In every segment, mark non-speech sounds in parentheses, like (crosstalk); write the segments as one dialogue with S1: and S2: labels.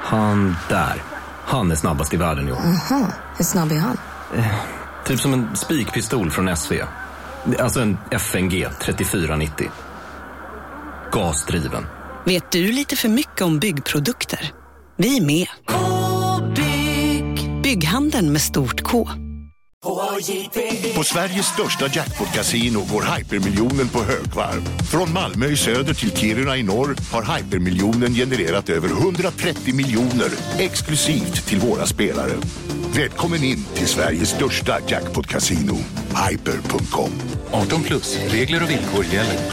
S1: Han där. Han är snabbast i världen i år.
S2: Aha, hur snabb är han?
S1: Typ som en spikpistol från SV. Alltså en FNG 3490. Gasdriven.
S3: Vet du lite för mycket om byggprodukter? Vi är med. -bygg. Bygghandeln med stort K.
S4: På Sveriges största jackpot-kasino går hypermiljonen på högvarv. Från Malmö i söder till Kiruna i norr har hypermiljonen genererat över 130 miljoner exklusivt till våra spelare. Välkommen in till Sveriges största jackpot-kasino, hyper.com.
S5: 18 plus, regler och villkor gäller.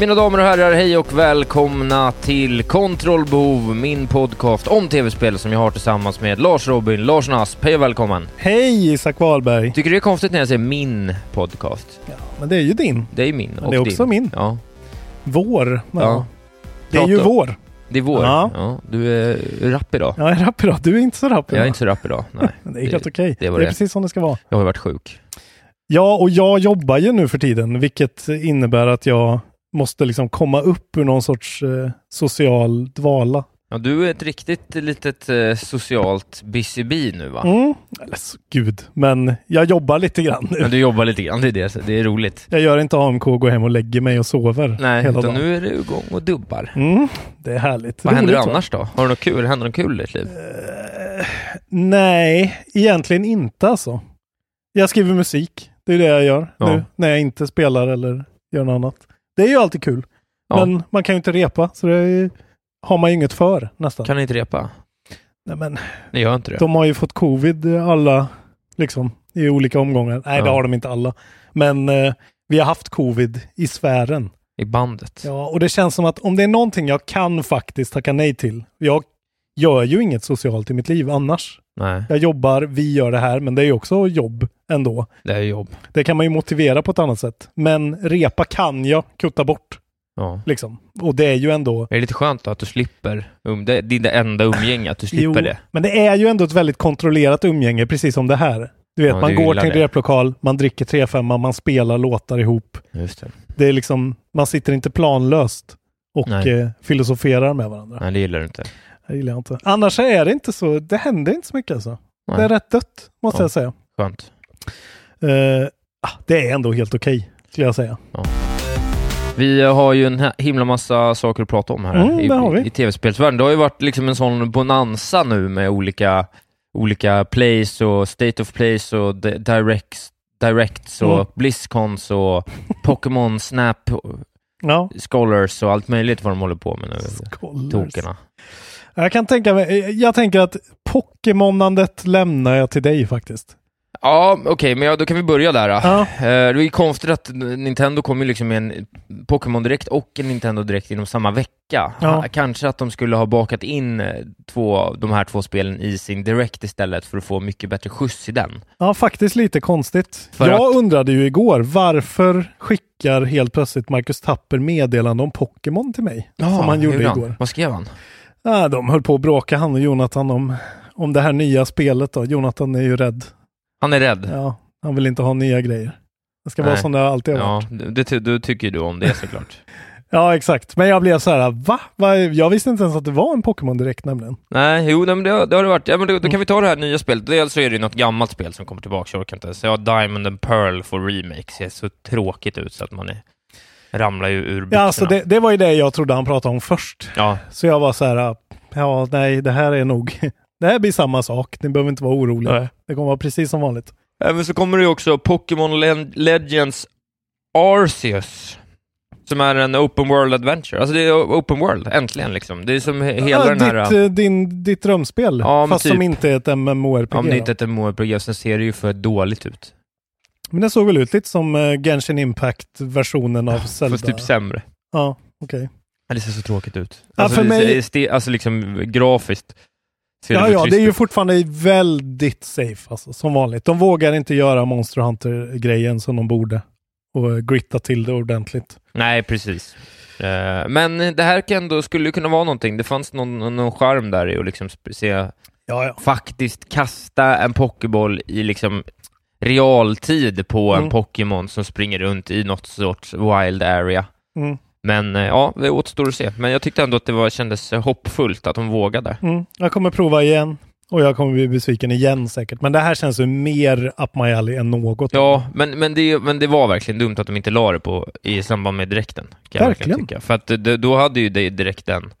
S6: Mina damer och herrar, hej och välkomna till Kontrollbehov, min podcast om tv-spel som jag har tillsammans med Lars Robin, Lars Asp. Hej och välkommen!
S7: Hej Isak Wahlberg!
S6: Tycker du det är konstigt när jag säger min podcast?
S7: Ja, men det är ju din.
S6: Det är min och
S7: det är också
S6: din.
S7: min.
S6: Ja.
S7: Vår. Ja.
S6: Ja.
S7: Det är
S6: Prata.
S7: ju vår.
S6: Det är vår. Ja.
S7: Ja.
S6: Du är rapp idag.
S7: Ja, jag är rapp idag. Du är inte så rapp
S6: Jag
S7: idag.
S6: är inte så rapp idag. Nej.
S7: Men Det är helt okej.
S6: det
S7: Det,
S6: var
S7: är
S6: det.
S7: precis som det ska vara.
S6: Jag har ju varit sjuk.
S7: Ja, och jag jobbar ju nu för tiden, vilket innebär att jag måste liksom komma upp ur någon sorts eh, social dvala.
S6: Ja, du är ett riktigt litet eh, socialt busy bee nu va?
S7: Mm. Eller så, gud, men jag jobbar lite grann nu.
S6: Men du jobbar lite grann, det är, det, så det är roligt.
S7: Jag gör inte AMK, går hem och lägger mig och sover
S6: Nej,
S7: hela
S6: utan
S7: dagen.
S6: nu är du igång och dubbar.
S7: Mm, det är härligt.
S6: Vad händer
S7: Roligt, va?
S6: annars då? Har du något kul? Händer något kul i ditt liv?
S7: Eh, Nej, egentligen inte alltså. Jag skriver musik. Det är det jag gör
S6: Ja.
S7: nu när jag inte spelar eller gör något annat. Det är ju alltid kul.
S6: Ja.
S7: Men man kan ju inte repa, så det är ju, har man ju inget för nästan.
S6: Kan ni inte repa?
S7: Nej, men,
S6: Ni gör inte det?
S7: de har ju fått covid eh, alla, liksom, i olika omgångar. Nej, det
S6: Ja.
S7: har de inte alla. Men eh, vi har haft covid i sfären.
S6: I bandet?
S7: Ja, och det känns som att om det är någonting jag kan faktiskt tacka nej till. Jag gör ju inget socialt i mitt liv annars.
S6: Nej,
S7: Jag jobbar, vi gör det här, men det är ju också jobb ändå.
S6: det är jobb.
S7: Det kan man ju motivera på ett annat sätt. Men repa kan jag kutta bort,
S6: Ja.
S7: liksom. Och det är ju ändå...
S6: Är det lite skönt då att du slipper um, det, det är det enda umgänge, att du slipper det?
S7: men det är ju ändå ett väldigt kontrollerat umgänge, precis som det här. Du vet,
S6: Ja,
S7: man
S6: du
S7: går
S6: gillar
S7: till en
S6: det.
S7: replokal, man dricker 3-5, man spelar låtar ihop.
S6: Just det.
S7: Det är liksom, man sitter inte planlöst och
S6: Nej.
S7: eh, filosoferar med varandra.
S6: Nej, det gillar du inte.
S7: Det gillar jag inte. Annars är det inte så, det händer inte så mycket alltså.
S6: Nej.
S7: Det är rätt dött, måste
S6: Ja.
S7: jag säga.
S6: Skönt.
S7: Eh, ah, det är ändå helt okej, skulle jag säga.
S6: Vi har ju en hä- himla massa saker att prata om här
S7: Mm,
S6: i,
S7: det har vi.
S6: i, i tv-spelsvärlden. Det har ju varit liksom en sån bonanza nu med olika, olika plays och State of Plays och di- directs, directs och
S7: Mm.
S6: Blizzcons och Pokémon
S7: (laughs)
S6: Snap
S7: Ja.
S6: Scholars och allt möjligt vad de håller på med nu. Tokerna.
S7: Jag kan tänka mig, jag tänker att Pokémonandet lämnar jag till dig faktiskt.
S6: Ja, okej, men ja, då kan vi börja där. Då.
S7: Ja.
S6: Eh, Det är ju konstigt att Nintendo kom ju liksom med en Pokémon Direkt och en Nintendo Direkt inom samma vecka.
S7: Ja.
S6: Kanske att de skulle ha bakat in eh, två, de här två spelen i sin Direct istället för att få mycket bättre skjuts i den.
S7: Ja, faktiskt lite konstigt.
S6: För
S7: jag undrade ju igår, varför skickar helt plötsligt Marcus Tapper meddelande om Pokémon till mig? som han gjorde
S6: hur
S7: igår.
S6: Vad skrev han?
S7: Ja, de höll på att bråka, han och Jonathan, om, om det här nya spelet då. Jonathan är ju rädd.
S6: Han är rädd.
S7: Ja, han vill inte ha nya grejer. Det ska vara
S6: Nej.
S7: som det alltid har varit.
S6: Ja, det, ty- du tycker du om det såklart.
S7: Ja, exakt. Men jag blev så här, va? va? Jag visste inte ens att det var en Pokémon direkt nämligen.
S6: Nej, jo, nej, men det, har- det har det varit. Ja, men då, då kan vi ta det här nya spelet. Dels så är det ju något gammalt spel som kommer tillbaka, jag orkar inte ens. Ja, Diamond and Pearl får remake, ser så tråkigt ut så att man är, ramlar ju ur
S7: Ja,
S6: byxorna.
S7: alltså det, det var ju det jag trodde han pratade om först.
S6: Ja,
S7: Så jag var så här, ja, nej, det här
S2: (laughs)
S7: är nog, det här blir samma sak. Ni behöver inte vara oroliga.
S6: Nej.
S7: Det kommer vara precis som vanligt.
S6: Äh, Även så kommer det ju också Pokémon Len- Legends Arceus Som är en open world adventure. Alltså det är o- open world, äntligen liksom. Det är som he- hela
S2: Ja,
S6: den här... äh,
S7: äh,
S2: ditt, eh, din, ditt drömspel,
S6: Ja, men
S2: fast
S6: typ.
S2: som inte är ett MMORPG.
S6: Om det
S2: då.
S6: inte är ett MMORPG, sen ser det ju för dåligt ut.
S2: Men den såg väl ut lite som eh, Genshin Impact-versionen av Zelda?
S6: Fast typ sämre.
S2: Ja, okej.
S6: Ja, det ser så tråkigt ut.
S2: Ja,
S6: alltså,
S2: för
S6: det,
S2: mig-
S6: ser- det, alltså liksom grafiskt. Ser
S2: Ja,
S6: för
S2: ja,
S6: trist
S2: det är ju
S6: ut.
S2: fortfarande väldigt safe, alltså, som vanligt. De vågar inte göra Monster Hunter-grejen som de borde och eh, gritta till det ordentligt.
S6: Nej, precis. Eh, Men det här kan ändå, skulle ju kunna vara någonting. Det fanns någon, någon charm där i att liksom sp- se,
S2: Ja, ja.
S6: faktiskt kasta en pokéboll i liksom realtid på en
S2: Mm.
S6: Pokémon som springer runt i något sorts wild area.
S2: Mm.
S6: Men eh, ja, det återstår att se. Men jag tyckte ändå att det var, kändes hoppfullt att de vågade.
S2: Mm. Jag kommer prova igen och jag kommer bli besviken igen säkert. Men det här känns ju mer up my alley än något.
S6: Ja, men, men, det, men det var verkligen dumt att de inte la det på i samband med direkten. Kan jag verkligen
S2: Verkligen.
S6: tycka. För att det, då hade ju det direkten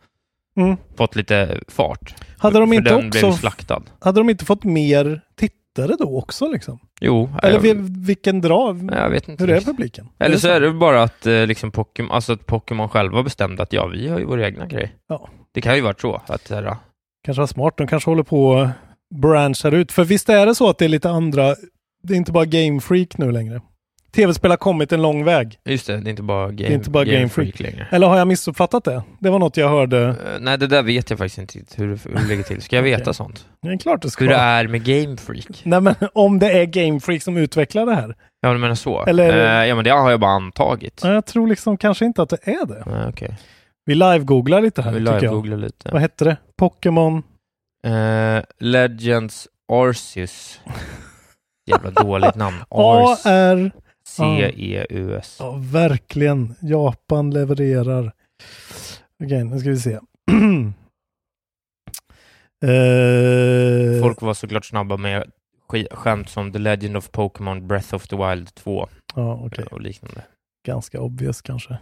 S2: Mm.
S6: fått lite fart.
S2: Hade, de
S6: För
S2: inte
S6: den blev
S2: också,
S6: slaktad.
S2: hade de inte fått mer tittare då också? Liksom?
S6: Jo,
S2: Eller
S6: jag,
S2: vil- vilken dra?
S6: jag vet inte.
S2: Hur är
S6: riktigt.
S2: publiken?
S6: Eller så är det bara att eh, liksom Pokémon, alltså att Pokémon själva bestämde att ja, vi har ju vår egna grej.
S2: Ja.
S6: Det kan ju varit så. Att, så här,
S2: Kanske var smart. De kanske håller på och branchar ut. För visst är det så att det är lite andra... Det är inte bara Game Freak nu längre. Tv-spel har kommit en lång väg.
S6: just det, det är inte bara Game,
S2: är inte bara Game Freak.
S6: längre.
S2: Eller har jag missuppfattat det? Det var något jag hörde.
S6: Eh, nej, det där vet jag faktiskt inte hur, hur det ligger till. Ska jag
S2: (laughs)
S6: veta
S2: Okej.
S6: sånt?
S2: Det är klart det ska
S6: Hur det
S2: vara.
S6: är med Game Freak?
S2: Nej men om det är Game Freak som utvecklar det här.
S6: Ja, du menar så?
S2: Eller-
S6: Eh, ja, men det har jag bara antagit.
S2: Ja, Jag tror liksom kanske inte att det är det.
S6: Nej, okej.
S2: Vi live-googlar lite här
S6: Vi
S2: tycker jag.
S6: live-googlar lite.
S2: Vad hette det? Pokémon?
S6: Eh, Legends
S2: (laughs)
S6: Arceus. Jävla dåligt namn. E
S2: AR?
S6: R-C-E-U-S.
S2: Ja, verkligen. Japan levererar. Okej, nu ska vi se. (clears throat) Eh,
S6: Folk var såklart snabba med sk- skämt som The Legend of Pokémon Breath of the Wild 2
S2: Ja, okej.
S6: och liknande.
S2: Ganska obvious kanske.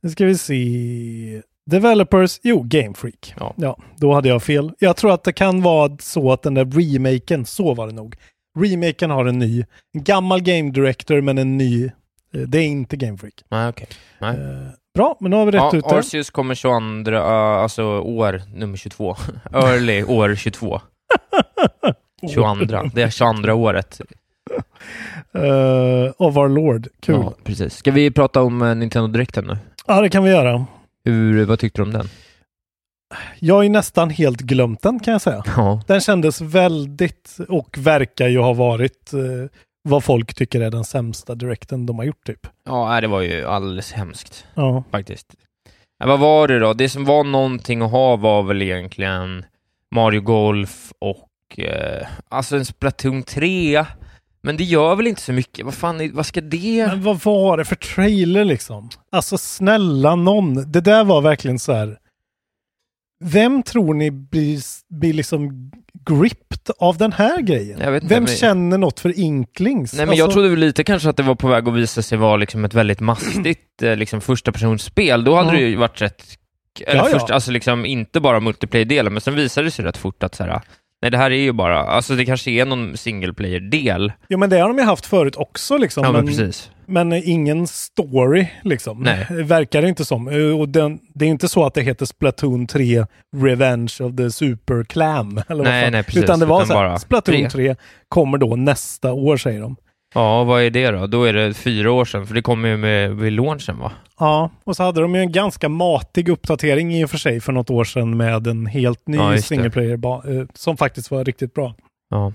S2: Nu ska vi se. Developers, jo, Game Freak.
S6: Ja.
S2: då hade jag fel. Jag tror att det kan vara så att den där remaken, så var det nog. Remaken har en ny, en gammal Game Director men en ny. eh, Det är inte Game Freak.
S6: Nej, okej. Nej.
S2: Eh, bra, men nu har vi rätt
S6: Ja,
S2: ut det.
S6: Arceus kommer 22, eh, alltså år nummer 22. (laughs) Early år
S2: (laughs)
S6: 22. 22. Det är 22 året.
S2: Eh, of our Lord. Kul.
S6: Ja,
S2: Ja.
S6: precis. Ska vi prata om eh, Nintendo Direkten nu?
S2: det kan vi göra.
S6: Hur, vad tyckte du om den?
S2: Jag har ju nästan helt glömt den kan jag säga.
S6: (laughs) Ja.
S2: Den kändes väldigt och verkar ju ha varit eh, vad folk tycker är den sämsta direkten de har gjort typ.
S6: Ja, nej, det var ju alldeles hemskt
S2: Ja.
S6: faktiskt. Ja, vad var det då? Det som var någonting att ha var väl egentligen Mario Golf och eh, alltså en Splatoon 3. Men det gör väl inte så mycket? Vad fan, är- vad ska det?
S2: Men vad var det för trailer liksom? Alltså snälla någon. Det där var verkligen så här. Vem tror ni blir, blir liksom gripped av den här grejen?
S6: Jag vet inte,
S2: Vem
S6: men-
S2: känner något för inklings? Alltså,
S6: Nej, men jag trodde väl lite kanske att det var på väg att visa sig vara liksom ett väldigt mastigt (clears throat) eh, liksom första personspel. Då hade
S2: Mm.
S6: det ju varit rätt... Eller
S2: Ja, ja.
S6: först, Alltså liksom inte bara multiplayer-delen, men sen visade det sig rätt fort att så här, nej det här är ju bara, alltså det kanske är någon single player-del.
S2: Jo men det har de ju haft förut också liksom.
S6: Ja, men precis.
S2: Men eh, ingen story liksom.
S6: Nej.
S2: Verkar det inte som. Eh, Och den, det är inte så att det heter Splatoon 3 Revenge of the Super Clam. Eller vad
S6: Nej,
S2: fan.
S6: nej, precis.
S2: Utan det var
S6: Utan
S2: så här,
S6: bara
S2: Splatoon 3.
S6: tre.
S2: kommer då nästa år säger de.
S6: Ja, vad är det då? Då är det fyra år sedan, för det kom ju med, vid launchen va?
S2: Ja, och så hade de ju en ganska matig uppdatering i och för sig för något år sedan med en helt ny
S6: Ja, just det.
S2: single player ba- eh, som faktiskt var riktigt bra.
S6: Ja.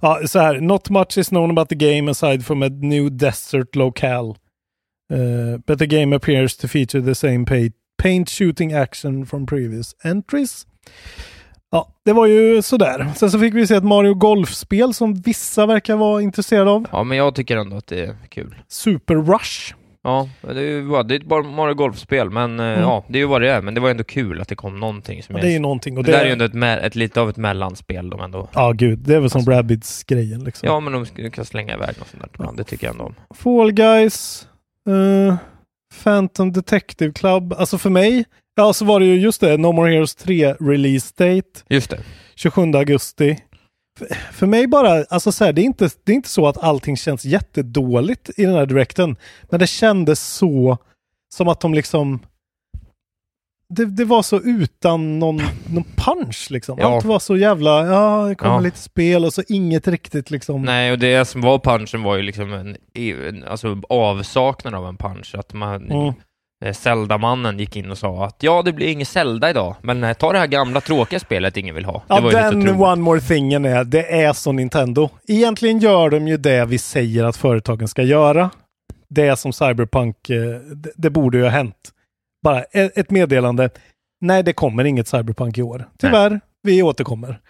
S2: Ja, så här. Not much is known about the game aside from a new desert locale. Uh, but the game appears to feature the same pa- paint shooting action from previous entries. Ja, det var ju sådär. Sen så fick vi se ett Mario Golf-spel som vissa verkar vara intresserade av.
S6: ja, men jag tycker ändå att det är kul.
S2: Super Rush.
S6: Ja, det är ju bara, det är bara Mario Golfspel, men eh, ja, det är ju vad det är. Men det var ändå kul att det kom någonting som
S2: Mm. Ja, det är ju någonting. Och
S6: det där är ju ändå ett, me- ett, lite av ett mellanspel de ändå...
S2: Ja, gud. Det är väl som
S6: Alltså.
S2: Rabbids-grejen liksom.
S6: Ja, men de sk- kan slänga iväg något sånt där ibland. Det tycker jag ändå om.
S2: Fall Guys, eh, Phantom Detective Club. Alltså för mig, ja så var det ju just det, No More Heroes 3 release date,
S6: Just det.
S2: 27 augusti. För, för mig bara, alltså så här, det, är inte, det är inte så att allting känns jättedåligt i den här direkten, men det kändes så Som att de liksom... Det, det var så utan någon, någon punch liksom.
S6: Ja.
S2: Allt var så jävla, ja, det kommer
S6: Ja.
S2: lite spel och så inget riktigt liksom.
S6: Nej, och det som var punchen var ju liksom en, en alltså avsaknad av en punch. Att man,
S2: Mm.
S6: eh, Zelda-mannen gick in och sa att ja, det blir inget Zelda idag, men eh, ta det här gamla tråkiga spelet ingen vill ha.
S2: Ja,
S6: det var ju lite
S2: den
S6: otroligt.
S2: one more thingen är, det är så Nintendo. Egentligen gör de ju det vi säger att företagen ska göra. Det är som Cyberpunk, eh, det, det borde ju ha hänt. Bara e- ett meddelande. Nej, det kommer inget Cyberpunk i år. Tyvärr, vi återkommer.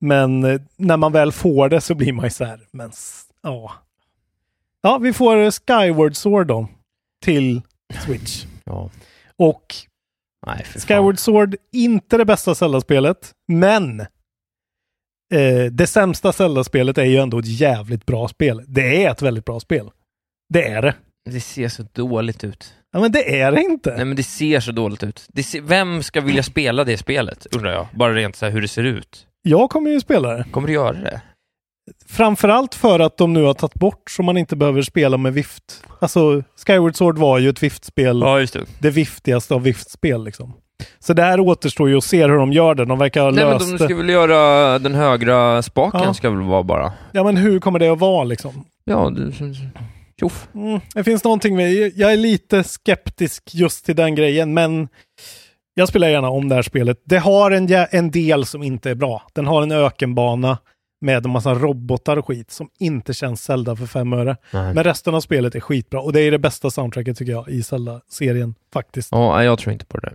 S2: Men eh, när man väl får det så blir man ju så här, men s- ja. Ja, vi får eh, Skyward Sword då. Till Switch.
S6: Ja.
S2: Och
S6: Nej, fy fan.
S2: Skyward Sword, inte det bästa Zelda-spelet, men eh, det sämsta Zelda-spelet är ju ändå ett jävligt bra spel. Det är ett väldigt bra spel. Det är det.
S6: Det ser så dåligt ut.
S2: Ja, men det är det inte.
S6: Nej men det ser så dåligt ut. Det ser, vem ska vilja spela det spelet, undrar jag? Bara rent så här hur det ser ut.
S2: Jag kommer ju spela det.
S6: Kommer du göra det?
S2: Framförallt för att de nu har tagit bort så man inte behöver spela med vift. Alltså, Skyward Sword var ju ett viftspel.
S6: Ja, just det.
S2: Det viftigaste av viftspel liksom. Så det här återstår ju att se hur de gör det. De verkar ha
S6: Nej men
S2: löst
S6: de
S2: det.
S6: ska väl göra den högra spaken,
S2: Ja.
S6: ska väl vara bara...
S2: Ja, men hur kommer det att vara liksom?
S6: Ja, du... Tjoff.
S2: Mm, det finns någonting med, jag är lite skeptisk just till den grejen, men jag spelar gärna om det här spelet. Det har en, jä- en del som inte är bra. Den har en ökenbana med en massa robotar och skit som inte känns Zelda för fem öre.
S6: Nej.
S2: Men resten av spelet är skitbra och det är det bästa soundtracket tycker jag i Zelda-serien faktiskt.
S6: Ja, nej, jag tror inte på det där.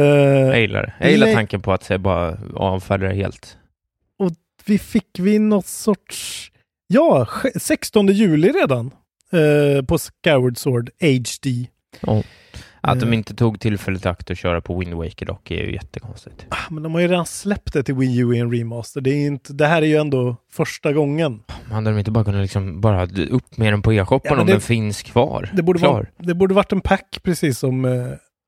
S2: Eh,
S6: Jag gillar det. Jag gillar
S2: Nej.
S6: tanken på att jag bara avfärdar det helt.
S2: vi fick vi något sorts... Ja, sj- 16 juli redan eh, på Skyward Sword HD.
S6: Att de
S2: Eh.
S6: inte tog tillfället i akt att köra på Wind Waker dock är ju jättekonstigt.
S2: Ah, Men de har ju redan släppt det till Wii U i en remaster. Det, är ju inte, det här är ju ändå första gången.
S6: Hade de inte bara kunnat liksom bara upp med den på e-shoppen
S2: Ja, men
S6: om
S2: det-
S6: den finns kvar?
S2: Det borde,
S6: Klar.
S2: vara, det borde varit en pack precis som... Eh,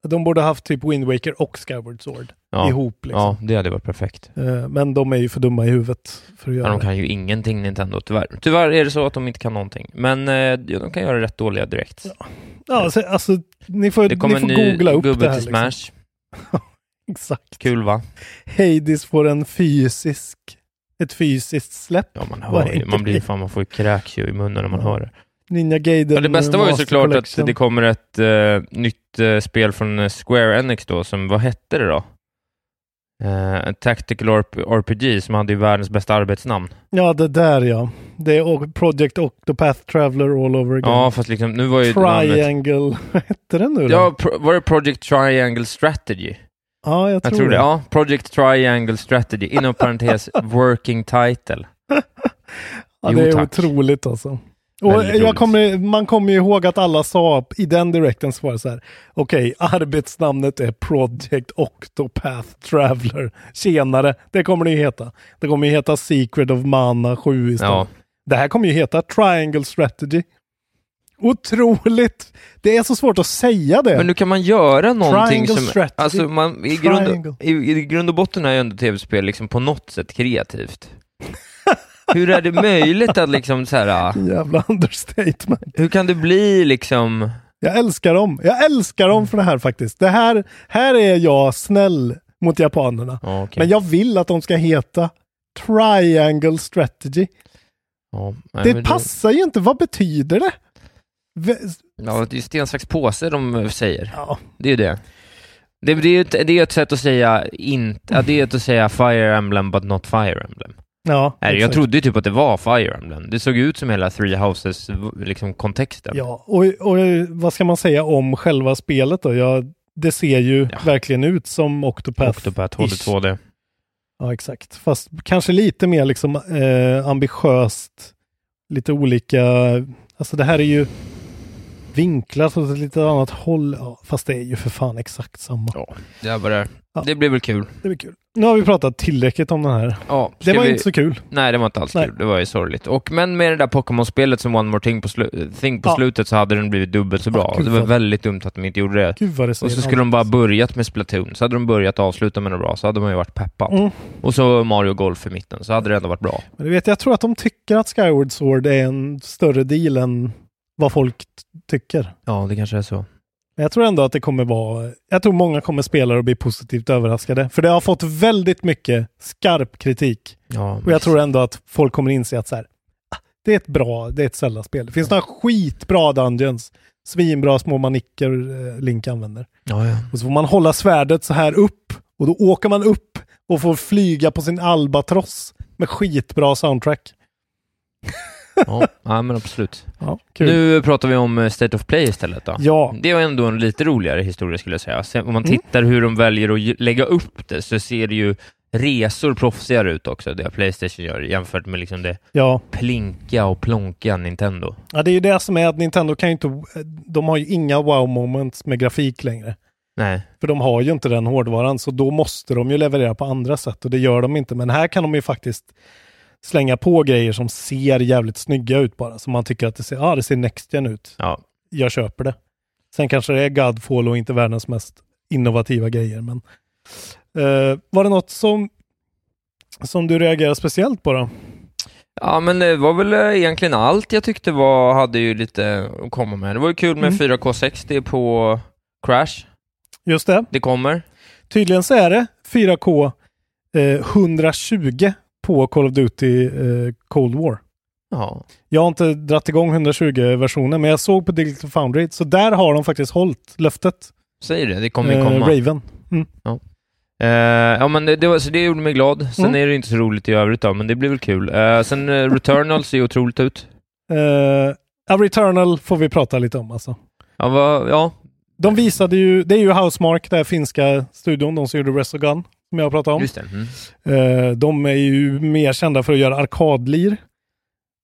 S2: de borde haft typ Wind Waker och Skyward Sword
S6: ja.
S2: ihop. Liksom.
S6: Ja, det hade varit perfekt.
S2: Eh, men de är ju för dumma i huvudet för att
S6: Ja,
S2: göra
S6: de
S2: det.
S6: kan ju ingenting Nintendo, tyvärr. Tyvärr är det så att de inte kan någonting. Men eh, ja, de kan göra rätt dåliga direkt.
S2: Ja, alltså, alltså, ni får,
S6: det
S2: ni
S6: kommer en
S2: får
S6: ny
S2: googla upp
S6: gubbe
S2: det här.
S6: till Smash.
S2: Liksom. Exakt.
S6: Kul va?
S2: Hades får en fysisk, ett fysiskt släpp.
S6: Ja, man
S2: Vad
S6: hör
S2: är
S6: ju.
S2: det?
S6: Man blir fan, man får ju kräks ju i munnen när man hör det.
S2: Ninja Gaiden
S6: Ja, det bästa var ju
S2: eh, Master
S6: såklart
S2: Collection.
S6: att det kommer ett eh, nytt eh, spel från eh, Square Enix då, som, vad hette det då? Eh, A Tactical RP- RPG som hade ju världens bästa arbetsnamn.
S2: Ja, det där ja. Det är o- Project Octopath Traveler all over again.
S6: Ja, fast liksom, nu var ju namnet...
S2: Triangle, (laughs) vad hette den nu då?
S6: Ja, pro- var det Project Triangle Strategy?
S2: ja jag, tror
S6: Jag tror det. Ja, Project Triangle
S2: (laughs)
S6: Strategy, inom parentes working title.
S2: Ja,
S6: Jo,
S2: det är
S6: tack.
S2: otroligt alltså. Och
S6: Väldigt
S2: jag
S6: roligt.
S2: kommer, man kommer ju ihåg att alla sa i den direkten så var det så här. Okej, arbetsnamnet är Project Octopath Traveler. Tjenare, det kommer det ju heta. Det kommer ju heta Secret of Mana 7 istället.
S6: Ja.
S2: Det här kommer ju heta Triangle Strategy. Otroligt! Det är så svårt att säga det.
S6: Men nu kan man göra någonting
S2: Triangle
S6: som...
S2: strategy.
S6: Alltså, man, i,
S2: Triangle.
S6: grund, i, I grund och botten är ju ändå tv-spel liksom på något
S2: (laughs)
S6: sätt kreativt. Hur är det möjligt att liksom så här, ah,
S2: Jävla (laughs) understatement.
S6: hur kan det bli liksom...
S2: Jag älskar dem. Jag älskar dem för det här faktiskt. Det här, här är jag snäll mot japanerna.
S6: Ja, okej.
S2: Men jag vill att de ska heta Triangle Strategy.
S6: Ja, nej,
S2: det
S6: men
S2: passar ju inte. Vad betyder det? V-
S6: Ja, det är ju sten, sax, påse de eh, säger.
S2: Ja,
S6: Det är ju det. Det, det är ju ett, det är ju ett sätt att säga inte... Ja, det är ett att säga Fire Emblem but not Fire Emblem.
S2: ja
S6: Nej, jag
S2: exakt.
S6: trodde ju typ att det var Fire Emblem. Det såg ut som hela Three Houses liksom, kontexten.
S2: Ja, och, och vad ska man säga om själva spelet då? Ja, det ser ju
S6: Ja.
S2: verkligen ut som Octopath.
S6: Octopath HD2D.
S2: Ja, exakt. Fast kanske lite mer liksom eh, ambitiöst. Lite olika, alltså det här är ju vinklat åt ett lite annat håll. Ja, fast det är ju för fan exakt samma.
S6: Det var det.
S2: Ja.
S6: Det blir väl kul.
S2: Det blir kul. Nu har vi pratat tillräckligt om den här.
S6: Ja,
S2: Det
S6: ska
S2: var
S6: vi...
S2: inte så kul.
S6: Nej, det var inte alls
S2: Nej.
S6: kul. Det var ju sorgligt. Och, men med det där Pokémon-spelet som One More Thing på, slu- thing på
S2: Ja.
S6: slutet så hade den blivit dubbelt så bra.
S2: Ja,
S6: Och
S2: gud,
S6: det var
S2: fan.
S6: väldigt dumt att de inte gjorde det.
S2: Gud vad det säger.
S6: Och så skulle de bara börjat med Splatoon, så hade de börjat avsluta med något bra, så hade man ju varit peppad.
S2: Mm.
S6: Och så Mario Golf i mitten, så hade det ändå varit bra.
S2: Men du vet, jag tror att de tycker att Skyward Sword är en större deal än vad folk t- tycker.
S6: Ja, det kanske är så.
S2: Men jag tror ändå att det kommer vara... Jag tror många kommer spela och bli positivt överraskade. För det har fått väldigt mycket skarp kritik.
S6: Ja,
S2: Och jag tror ändå att folk kommer inse att så här, "Ah, det är ett bra, det är ett Zelda-spel. Det finns några skitbra dungeons, svinbra små manicker eh, Link använder.
S6: ja, ja.
S2: Och så får man hålla svärdet så här upp och då åker man upp och får flyga på sin albatross med skitbra soundtrack.
S6: (laughs) Ja, ja men absolut.
S2: Ja, kul.
S6: Nu pratar vi om eh, State of Play istället då.
S2: Ja,
S6: Det var ändå en lite roligare historia skulle jag säga. Sen, om man tittar hur de väljer att ju- lägga upp det så ser det ju resor proffsigare ut också, det Playstation gör, jämfört med liksom det
S2: ja.
S6: plinka och plonka Nintendo.
S2: ja, det är ju det som är att Nintendo kan ju inte, eh, de har ju inga wow moments med grafik längre.
S6: Nej,
S2: För de har ju inte den hårdvaran, så då måste de ju leverera på andra sätt och det gör de inte. Men här kan de ju faktiskt slänga på grejer som ser jävligt snygga ut bara. Så man tycker att det ser, ah, det ser next gen ut.
S6: ja.
S2: Jag köper det. Sen kanske det är Godfall och inte världens mest innovativa grejer. Men, eh, var det något som, som du reagerar speciellt på då?
S6: Ja, men det var väl eh, egentligen allt jag tyckte var, hade ju lite att komma med. Det var ju kul med
S2: Mm.
S6: 4K60 på Crash.
S2: Just det,
S6: Det kommer.
S2: tydligen så är det 4K eh, 120 på Call of Duty eh, Cold War.
S6: Ja.
S2: Jag har inte dratt igång 120-versionen, men jag såg på Digital Foundry, så där har de faktiskt hållit löftet.
S6: Säger det, det kommer
S2: Eh,
S6: komma.
S2: Raven.
S6: Eh, ja men det, det, var, så det gjorde mig glad. Sen
S2: Mm.
S6: är det inte så roligt i övrigt då, men det blir väl kul. Eh, sen eh, Returnal ser ju otroligt ut.
S2: Eh, ja, Returnal får vi prata lite om alltså.
S6: Ja, va, ja.
S2: De visade ju, det är ju Housemark, den här finska studion, de som gjorde Resogun, som jag pratade om.
S6: just det. Mm.
S2: Eh, de är ju mer kända för att göra arkadlir.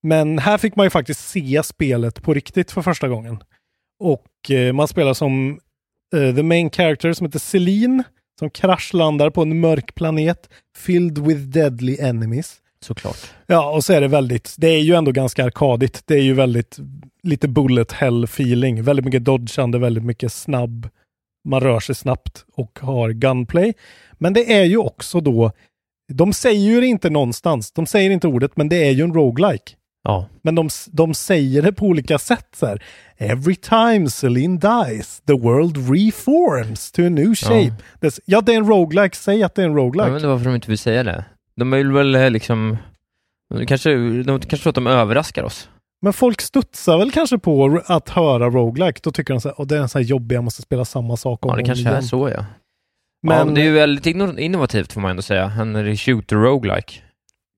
S2: Men här fick man ju faktiskt se spelet på riktigt för första gången. Och eh, man spelar som eh, the main character som heter Celine som kraschlandar på en mörk planet filled with deadly enemies.
S6: Såklart.
S2: Ja, och så är det väldigt, det är ju ändå ganska arkadigt. Det är ju väldigt, lite bullet hell feeling. Väldigt mycket dodgande, väldigt mycket snabb. Man rör sig snabbt och har gunplay. Men det är ju också då, de säger ju det inte någonstans. De säger inte ordet, men det är ju en roguelike.
S6: Ja.
S2: Men de, de säger det på olika sätt. Så här. Every time Celine dies, the world reforms to a new shape. Ja, ja det är en roguelike. Säg att det är en
S6: Jag
S2: roguelike.
S6: vet inte varför de inte vill säga det. De vill väl eh, liksom... De kanske, de kanske tror att de överraskar oss.
S2: Men folk studsar väl kanske på r- att höra roguelike. Då tycker de så här, "Åh, det är en sån här jobbig, jag måste spela samma sak om
S6: Ja, det
S2: och
S6: kanske
S2: om
S6: är
S2: igen."
S6: så ja. Men...
S2: Men,
S6: ja men det är ju väldigt inno- innovativt får man ändå säga. En shooter roguelike.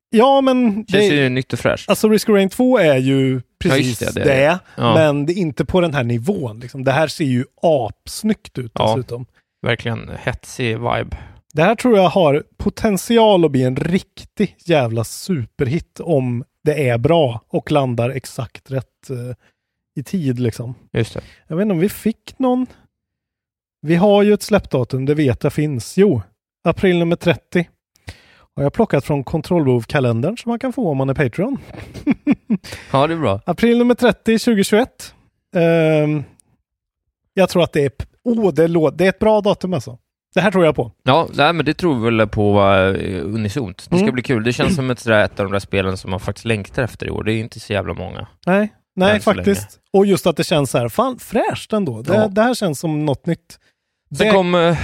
S2: ja, men det,
S6: Känns ju nytt och fräscht.
S2: alltså Risk of Rain 2 är ju precis
S6: just det,
S2: det,
S6: det är det. Ja.
S2: men det är inte på den här nivån. Liksom. Det här ser ju apsnyggt ut
S6: Ja.
S2: dessutom.
S6: Verkligen hetsig vibe.
S2: Det här tror jag har potential att bli en riktig jävla superhit om det är bra och landar exakt rätt eh, i tid liksom.
S6: Just det.
S2: Jag vet inte om vi fick någon. Vi har ju ett släppdatum, det vet jag finns. Jo, april nummer 30. Har jag plockat från kontrollbehov-kalendern som man kan få om man är Patreon.
S6: Ja, det är bra.
S2: April nummer 30, 2021. Ehm, jag tror att det är... p- Åh, det, lå- det är ett bra datum alltså. Det här tror jag på.
S6: Ja, nej, men det tror vi väl på eh, unisont. Det ska
S2: Mm.
S6: bli kul. Det känns som ett, sådär, ett av de där spelen som man faktiskt längtar efter i år. Det är inte så jävla många.
S2: Nej,
S6: Än
S2: nej
S6: så
S2: faktiskt.
S6: länge.
S2: Och just att det känns så här, fan fräscht ändå. Det,
S6: Ja.
S2: det här känns som något nytt.
S6: Sen
S2: Det-
S6: kom eh,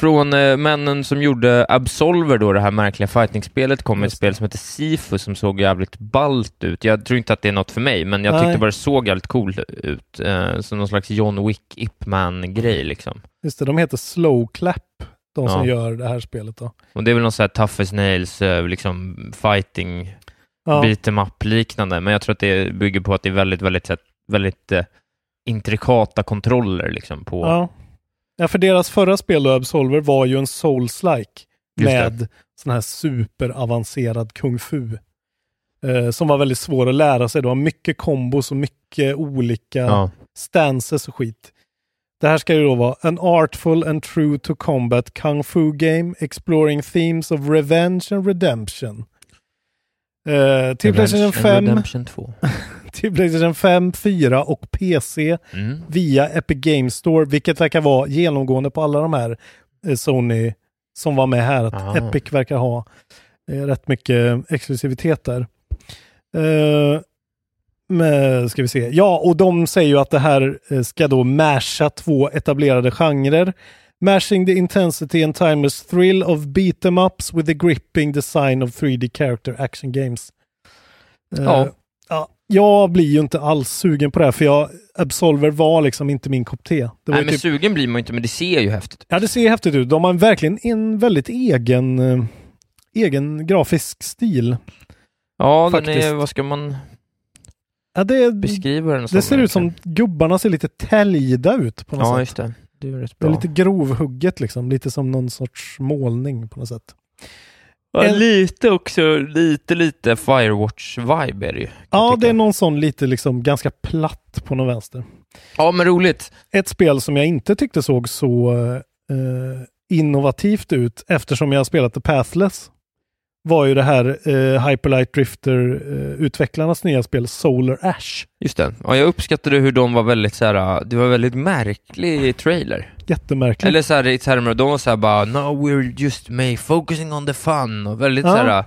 S6: från eh, männen som gjorde Absolver då, det här märkliga fighting-spelet, kom ett
S2: Just
S6: spel som heter Sifu som såg jävligt ballt ut. Jag tror inte att det är något för mig, men jag tyckte
S2: Nej.
S6: bara det såg jävligt coolt ut. Eh, som någon slags John Wick, Ip Man-grej liksom.
S2: Just det, de heter Slow Clap, de som
S6: Ja.
S2: gör det här spelet då.
S6: Och det är väl någon sån här tough as nails, eh, liksom fighting
S2: Ja.
S6: beat em up-liknande, men jag tror att det bygger på att det är väldigt, väldigt, så här- väldigt eh, intrikata kontroller liksom på...
S2: Ja. ja, för deras förra spel då, Absolver, var ju en Souls-like
S6: Just det.
S2: med sån här superavancerad kung fu. Eh, som var väldigt svår att lära sig. Det var mycket kombos och mycket olika
S6: Ja.
S2: stances och skit. Det här ska ju då vara An artful and true to combat kung fu game exploring themes of revenge and redemption. Eh, till, Playstation
S6: Redemption-
S2: 5,
S6: Redemption 2.
S2: till Playstation 5, 4 och PC
S6: Mm.
S2: via Epic Games Store, vilket verkar vara genomgående på alla de här eh, Sony som var med här. Att
S6: Ah.
S2: Epic verkar ha eh, rätt mycket exklusivitet där. Eh, Men, ska vi se. Ja, och de säger ju att det här eh, ska då masha två etablerade genrer. Mashing the intensity and timeless thrill of beat em ups with the gripping design of 3D character action games. Eh,
S6: Ja.
S2: ja. Jag blir ju inte alls sugen på det här, för jag, Absolver var liksom inte min kopp te. Det var
S6: Nej
S2: ju
S6: men
S2: typ,
S6: sugen blir man ju inte, men det ser ju häftigt ut.
S2: ja, det ser häftigt ut. De har verkligen en väldigt egen, eh, egen grafisk stil.
S6: Ja, den
S2: Faktiskt.
S6: är, vad ska man
S2: Ja, det,
S6: beskriva den som?
S2: det ser ut som gubbarna ser lite täljda ut på något
S6: Ja,
S2: sätt.
S6: just det. Det är rätt
S2: Det
S6: bra.
S2: är lite grovhugget liksom, lite som någon sorts målning på något sätt.
S6: Ja,
S2: en-
S6: lite också, lite, lite Firewatch-vibe är det ju. kan
S2: Ja,
S6: jag tycka.
S2: det är någon sån lite liksom ganska platt på någon vänster.
S6: Ja, men roligt.
S2: Ett spel som jag inte tyckte såg så eh, innovativt ut eftersom jag har spelat The Pathless var ju det här eh, Hyperlight Drifter-utvecklarnas nya spel Solar Ash.
S6: Just det. Ja, jag uppskattade hur de var väldigt så här. det var väldigt märklig trailer.
S2: Jättemärkligt.
S6: Eller så här i termer av, de var så här bara No, we're just may focusing on the fun och väldigt
S2: Ja.
S6: så här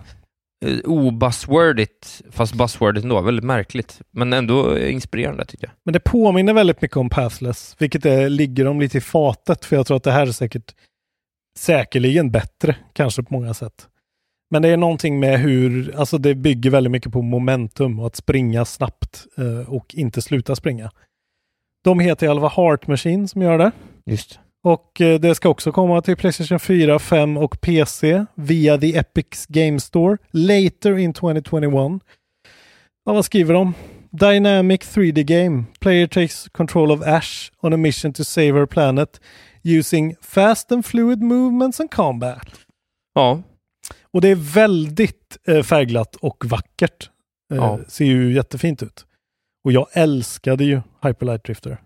S6: eh, obuzzwordigt, fast buzzwordigt ändå, väldigt märkligt. Men ändå inspirerande tycker jag.
S2: Men det påminner väldigt mycket om Pathless, vilket är, ligger dem lite i fatet, för jag tror att det här är säkert säkerligen bättre, kanske på många sätt. Men det är någonting med hur, alltså det bygger väldigt mycket på momentum och att springa snabbt eh, och inte sluta springa. De heter i alla fall Heart Machine som gör det.
S6: Just
S2: Och eh, det ska också komma till Playstation 4, 5 och PC via The Epics Game Store later in 2021. Ja, vad skriver de? Dynamic 3D game. Player takes control of Ash on a mission to save her planet using fast and fluid movements and combat.
S6: Ja,
S2: Och det är väldigt eh, färgglatt och vackert. Eh,
S6: Ja.
S2: Ser ju jättefint ut. Och jag älskade ju Hyperlight Drifter.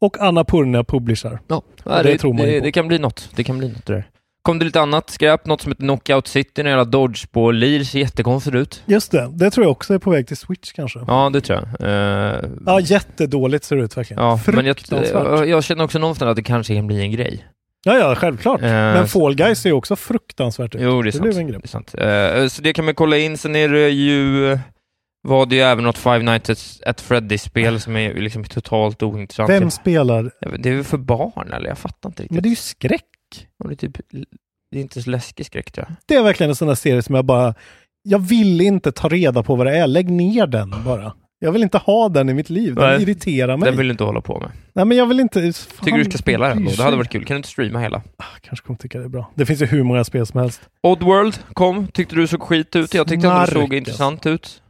S2: Och Anna Purna publicerar.
S6: ja.
S2: Ja, det tror man ju
S6: det,
S2: på.
S6: det kan bli något. Det kan bli något det där. Kom det lite annat skräp, något som heter Knockout City, när jävla dodgeball lir ser jättekonstigt ut.
S2: Just det, det tror jag också är på väg till Switch kanske.
S6: Ja, det tror jag. Eh,
S2: Ja, jättedåligt ser det ut verkligen.
S6: ja, men jag,
S2: Fruktansvärt.
S6: jag, jag känner också någonstans att det kanske kan bli en grej.
S2: ja, ja, självklart.
S6: Eh,
S2: men Fall Guys ser ju också fruktansvärt ut.
S6: Jo, det är
S2: det
S6: sant.
S2: blev en grej.
S6: Det är sant. Eh, så det kan man kolla in. Sen är det ju, eh, var det ju även något Five Nights at- at
S2: Ah.
S6: Freddy's-spel som är liksom totalt ointressant.
S2: Vem spelar?
S6: Jag vet- Det är väl för barn, eller? Jag fattar inte riktigt.
S2: Men det är ju skräck.
S6: Och det, är typ, det är inte så läskig skräck, tror jag.
S2: Det är verkligen en sån där serie som jag bara... Jag vill inte ta reda på vad det är. Lägg ner den bara. Jag vill inte ha den i mitt liv. Den
S6: Nej.
S2: irriterar mig.
S6: Den vill du inte hålla på med.
S2: Nej, men jag vill inte...
S6: Tycker du ska spela den då? Det hade varit
S2: kul.
S6: kul. Kan du inte streama hela?
S2: Kanske kommer tycka det är bra. Det finns ju hur många spel som helst.
S6: Oddworld kom. Tyckte du såg skit ut? Jag tyckte att det
S2: Snark,
S6: såg intressant ut.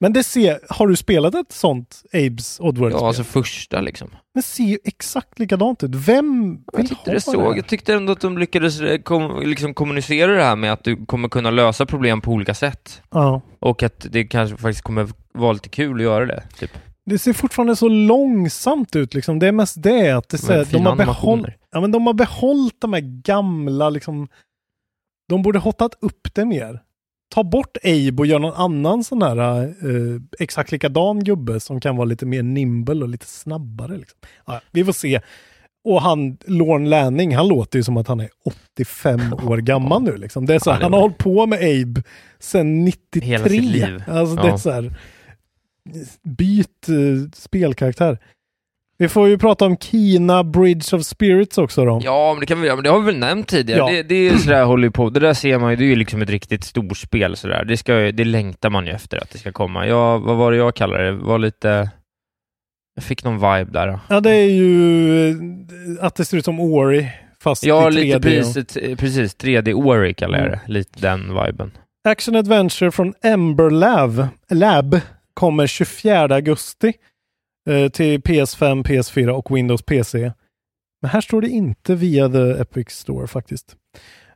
S2: Men det ser... Har du spelat ett sånt Abes Oddworld-spel?
S6: Ja, alltså första liksom.
S2: Det ser ju exakt likadant ut. Vem vill
S6: Jag tyckte,
S2: ha
S6: det såg,
S2: här?
S6: jag tyckte ändå att de lyckades eh, kom, liksom kommunicera det här med att du kommer kunna lösa problem på olika sätt.
S2: Ja.
S6: Och att det kanske faktiskt kommer vara lite kul att göra det. Typ.
S2: Det ser fortfarande så långsamt ut liksom. Det är mest det att det så här, de,
S6: fina
S2: har behåll...
S6: animationer.
S2: ja, men de har behållit de här gamla liksom. De borde hottat upp det mer. Ta bort Abe och gör någon annan sån här eh, exakt likadan gubbe som kan vara lite mer nimble och lite snabbare. Liksom. Ja, vi får se. Och han, Lorne Lanning, han låter ju som att han är 85 år gammal nu. Liksom. Det är så här,
S6: Ja, det är
S2: han har
S6: det.
S2: hållit på med Abe sedan 93.
S6: Hela sitt liv.
S2: (laughs) Alltså, det är
S6: Ja.
S2: så här, byt eh, spelkaraktär. Vi får ju prata om Kina Bridge of Spirits också då.
S6: Ja, men det, kan vi, ja, men det har vi väl nämnt tidigare.
S2: Ja.
S6: Det, det är ju sådär håller ju på. Det där ser man ju, det är ju liksom ett riktigt storspel sådär. Det, ska, ju- det längtar man ju efter att det ska komma. Jag, vad var det jag kallade det? Var lite... Jag fick någon vibe där. ja.
S2: Ja, det är ju eh, att det ser ut som Ori fast
S6: Ja,
S2: i 3D. Mm.
S6: lite priset, eh, precis. 3D Ori kallar jag det. Lite den viben.
S2: Action Adventure från Ember Lab, Lab kommer 24 augusti eh, till PS5, PS4 och Windows PC. Men här står det inte via The Epic Store faktiskt.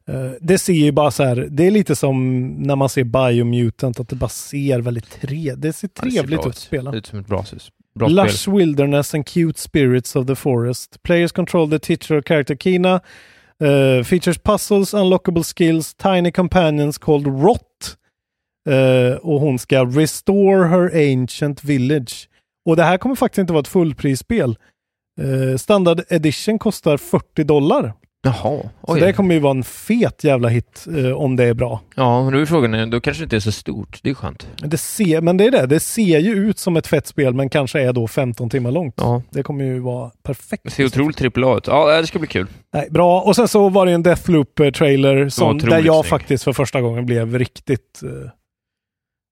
S2: Eh, det ser ju bara så här, det är lite som när man ser Biomutant, att det bara ser väldigt tre, det ser
S6: Ja, det ser
S2: trevligt
S6: bra
S2: ut att spela.
S6: Det ser ut som ett bra, sus- bra spel.
S2: Lush wilderness and cute spirits of the forest. Players control the titular character Kina. Uh, features puzzles, unlockable skills, tiny companions called Rot. Uh, och hon ska restore her ancient village. Och det här Eh, kommer faktiskt inte vara ett fullprisspel. Uh, standard edition kostar 40 dollar.
S6: Jaha,
S2: Så
S6: oj.
S2: det kommer ju vara en fet jävla hit eh, om det är bra.
S6: Ja, men då är frågan, eh, då kanske det inte är så stort. Det är skönt.
S2: Men Det ser, men det är det, det ser ju ut som ett fett spel men kanske är då 15 timmar långt.
S6: Ja.
S2: Det kommer ju vara perfekt.
S6: Det ser otroligt AAA ut. Ja, det ska bli kul.
S2: Nej, bra, och sen så var det en Deathloop-trailer som,
S6: otroligt
S2: där jag
S6: snygg.
S2: faktiskt för första gången blev riktigt... eh,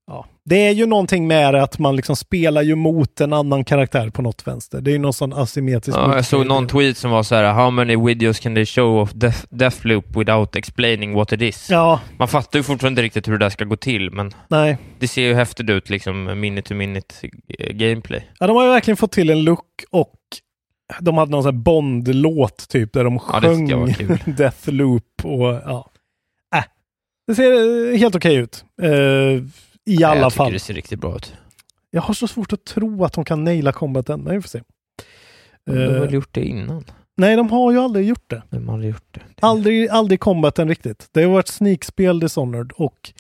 S2: ja. Det är ju någonting med det att man liksom spelar ju mot en annan karaktär på något vänster. Det är ju någon sån asymmetrisk...
S6: Ja, jag såg
S2: motstrid.
S6: någon tweet som var så här: How many videos can they show of Death, Deathloop without explaining what it is?
S2: Ja,
S6: Man fattar ju fortfarande inte riktigt hur det där ska gå till, men
S2: nej.
S6: det ser ju häftigt ut liksom, minute to minute eh, gameplay.
S2: Ja, de har ju verkligen fått till en look och de hade någon sån här Bond-låt typ där de
S6: Ja, det tycker
S2: sjöng
S6: jag var kul.
S2: (laughs) Deathloop och ja. Äh. Det ser eh, helt okej ut. Eh, I alla
S6: jag
S2: fall.
S6: tycker det ser riktigt bra ut.
S2: Jag har så svårt att tro att de kan naila combaten, men vi får se.
S6: De har
S2: Eh,
S6: väl gjort det innan?
S2: nej, de har ju aldrig gjort det.
S6: Men man har gjort det.
S2: Aldrig, aldrig combaten riktigt. Det har varit sneakspel Dishonored och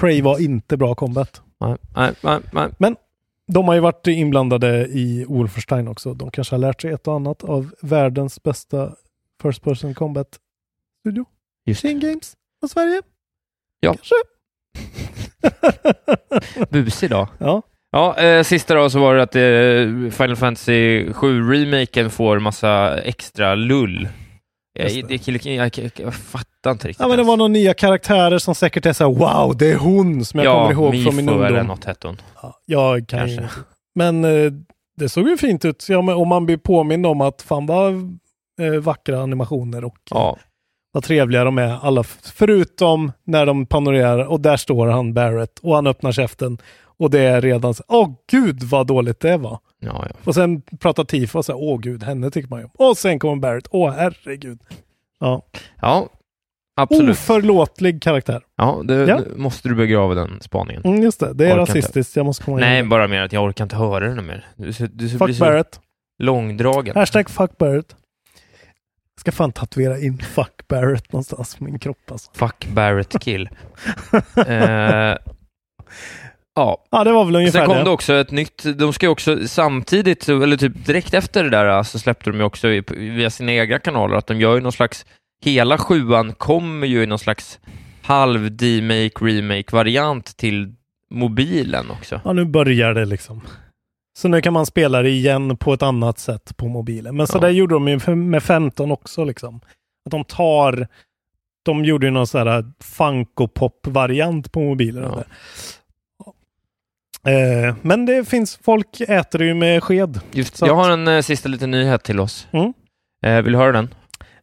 S2: Prey var inte bra combat.
S6: Nej, nej, nej, nej.
S2: De har ju varit inblandade i Wolfenstein också. De kanske har lärt sig ett och annat av världens bästa First Person Combat Studio.
S6: Just
S2: Chain Games av Sverige.
S6: Ja.
S2: Kanske. (laughs)
S6: Busig dag.
S2: ja.
S6: Ja, eh, sista då så var det att eh, Final Fantasy 7-remaken får massa extra lull. Jag,
S2: Just det.
S6: det. Jag, jag, jag, jag fattar inte riktigt.
S2: ja, men det var några nya karaktärer som säkert är så här, wow, det är hon som jag kommer ihåg från min
S6: eller
S2: ungdom.
S6: något hette hon.
S2: Ja, jag kan
S6: Kanske.
S2: ju. Men eh, det såg ju fint ut. Ja, men, och man blir påmind om att fan vad eh, vackra animationer och eh,
S6: Ja,
S2: vad trevliga de är alla. f- Förutom när de panorerar och där står han Barrett och han öppnar käften och det är redan så åh gud vad dåligt det var.
S6: ja, ja.
S2: Och sen pratar Tifa så här, åh gud, henne tycker man ju om. Och sen kommer Barrett, åh herregud. Ja,
S6: ja absolut.
S2: oförlåtlig karaktär.
S6: Ja, det,
S2: Ja.
S6: det- Måste du begrava den spaningen?
S2: Mm, just det, det är
S6: Orkar inte.
S2: rasistiskt, jag måste komma
S6: Nej,
S2: ihåg.
S6: bara mer att jag orkar inte höra den mer. Du, ser- du, ser- blir
S2: Fuck
S6: så
S2: Barrett.
S6: långdragen.
S2: Hashtag fuck Barrett. Jag ska fan tatuera in fuck Barrett någonstans på min kropp alltså.
S6: Fuck
S2: (laughs)
S6: Barrett kill. eh, ja,
S2: Ja, det var väl ungefär
S6: Sen kom
S2: det.
S6: det också ett nytt, de ska ju också samtidigt, så- eller typ direkt efter det där, så släppte de ju också i- via sina egna kanaler att de gör ju någon slags, hela sjuan kommer ju i någon slags halv demake remake variant till mobilen också.
S2: Ja, nu börjar det liksom. Så nu kan man spela det igen på ett annat sätt på mobilen. Men så
S6: Ja.
S2: där gjorde de ju f- med 15 också liksom. Att de tar, de gjorde ju någon sån här funko pop variant på mobilen.
S6: Ja.
S2: där. Ja. Eh, men det finns, folk äter det ju med sked.
S6: Just,
S2: Så
S6: jag
S2: att-
S6: har en eh, sista liten nyhet till oss.
S2: Mm.
S6: Eh, vill du höra den?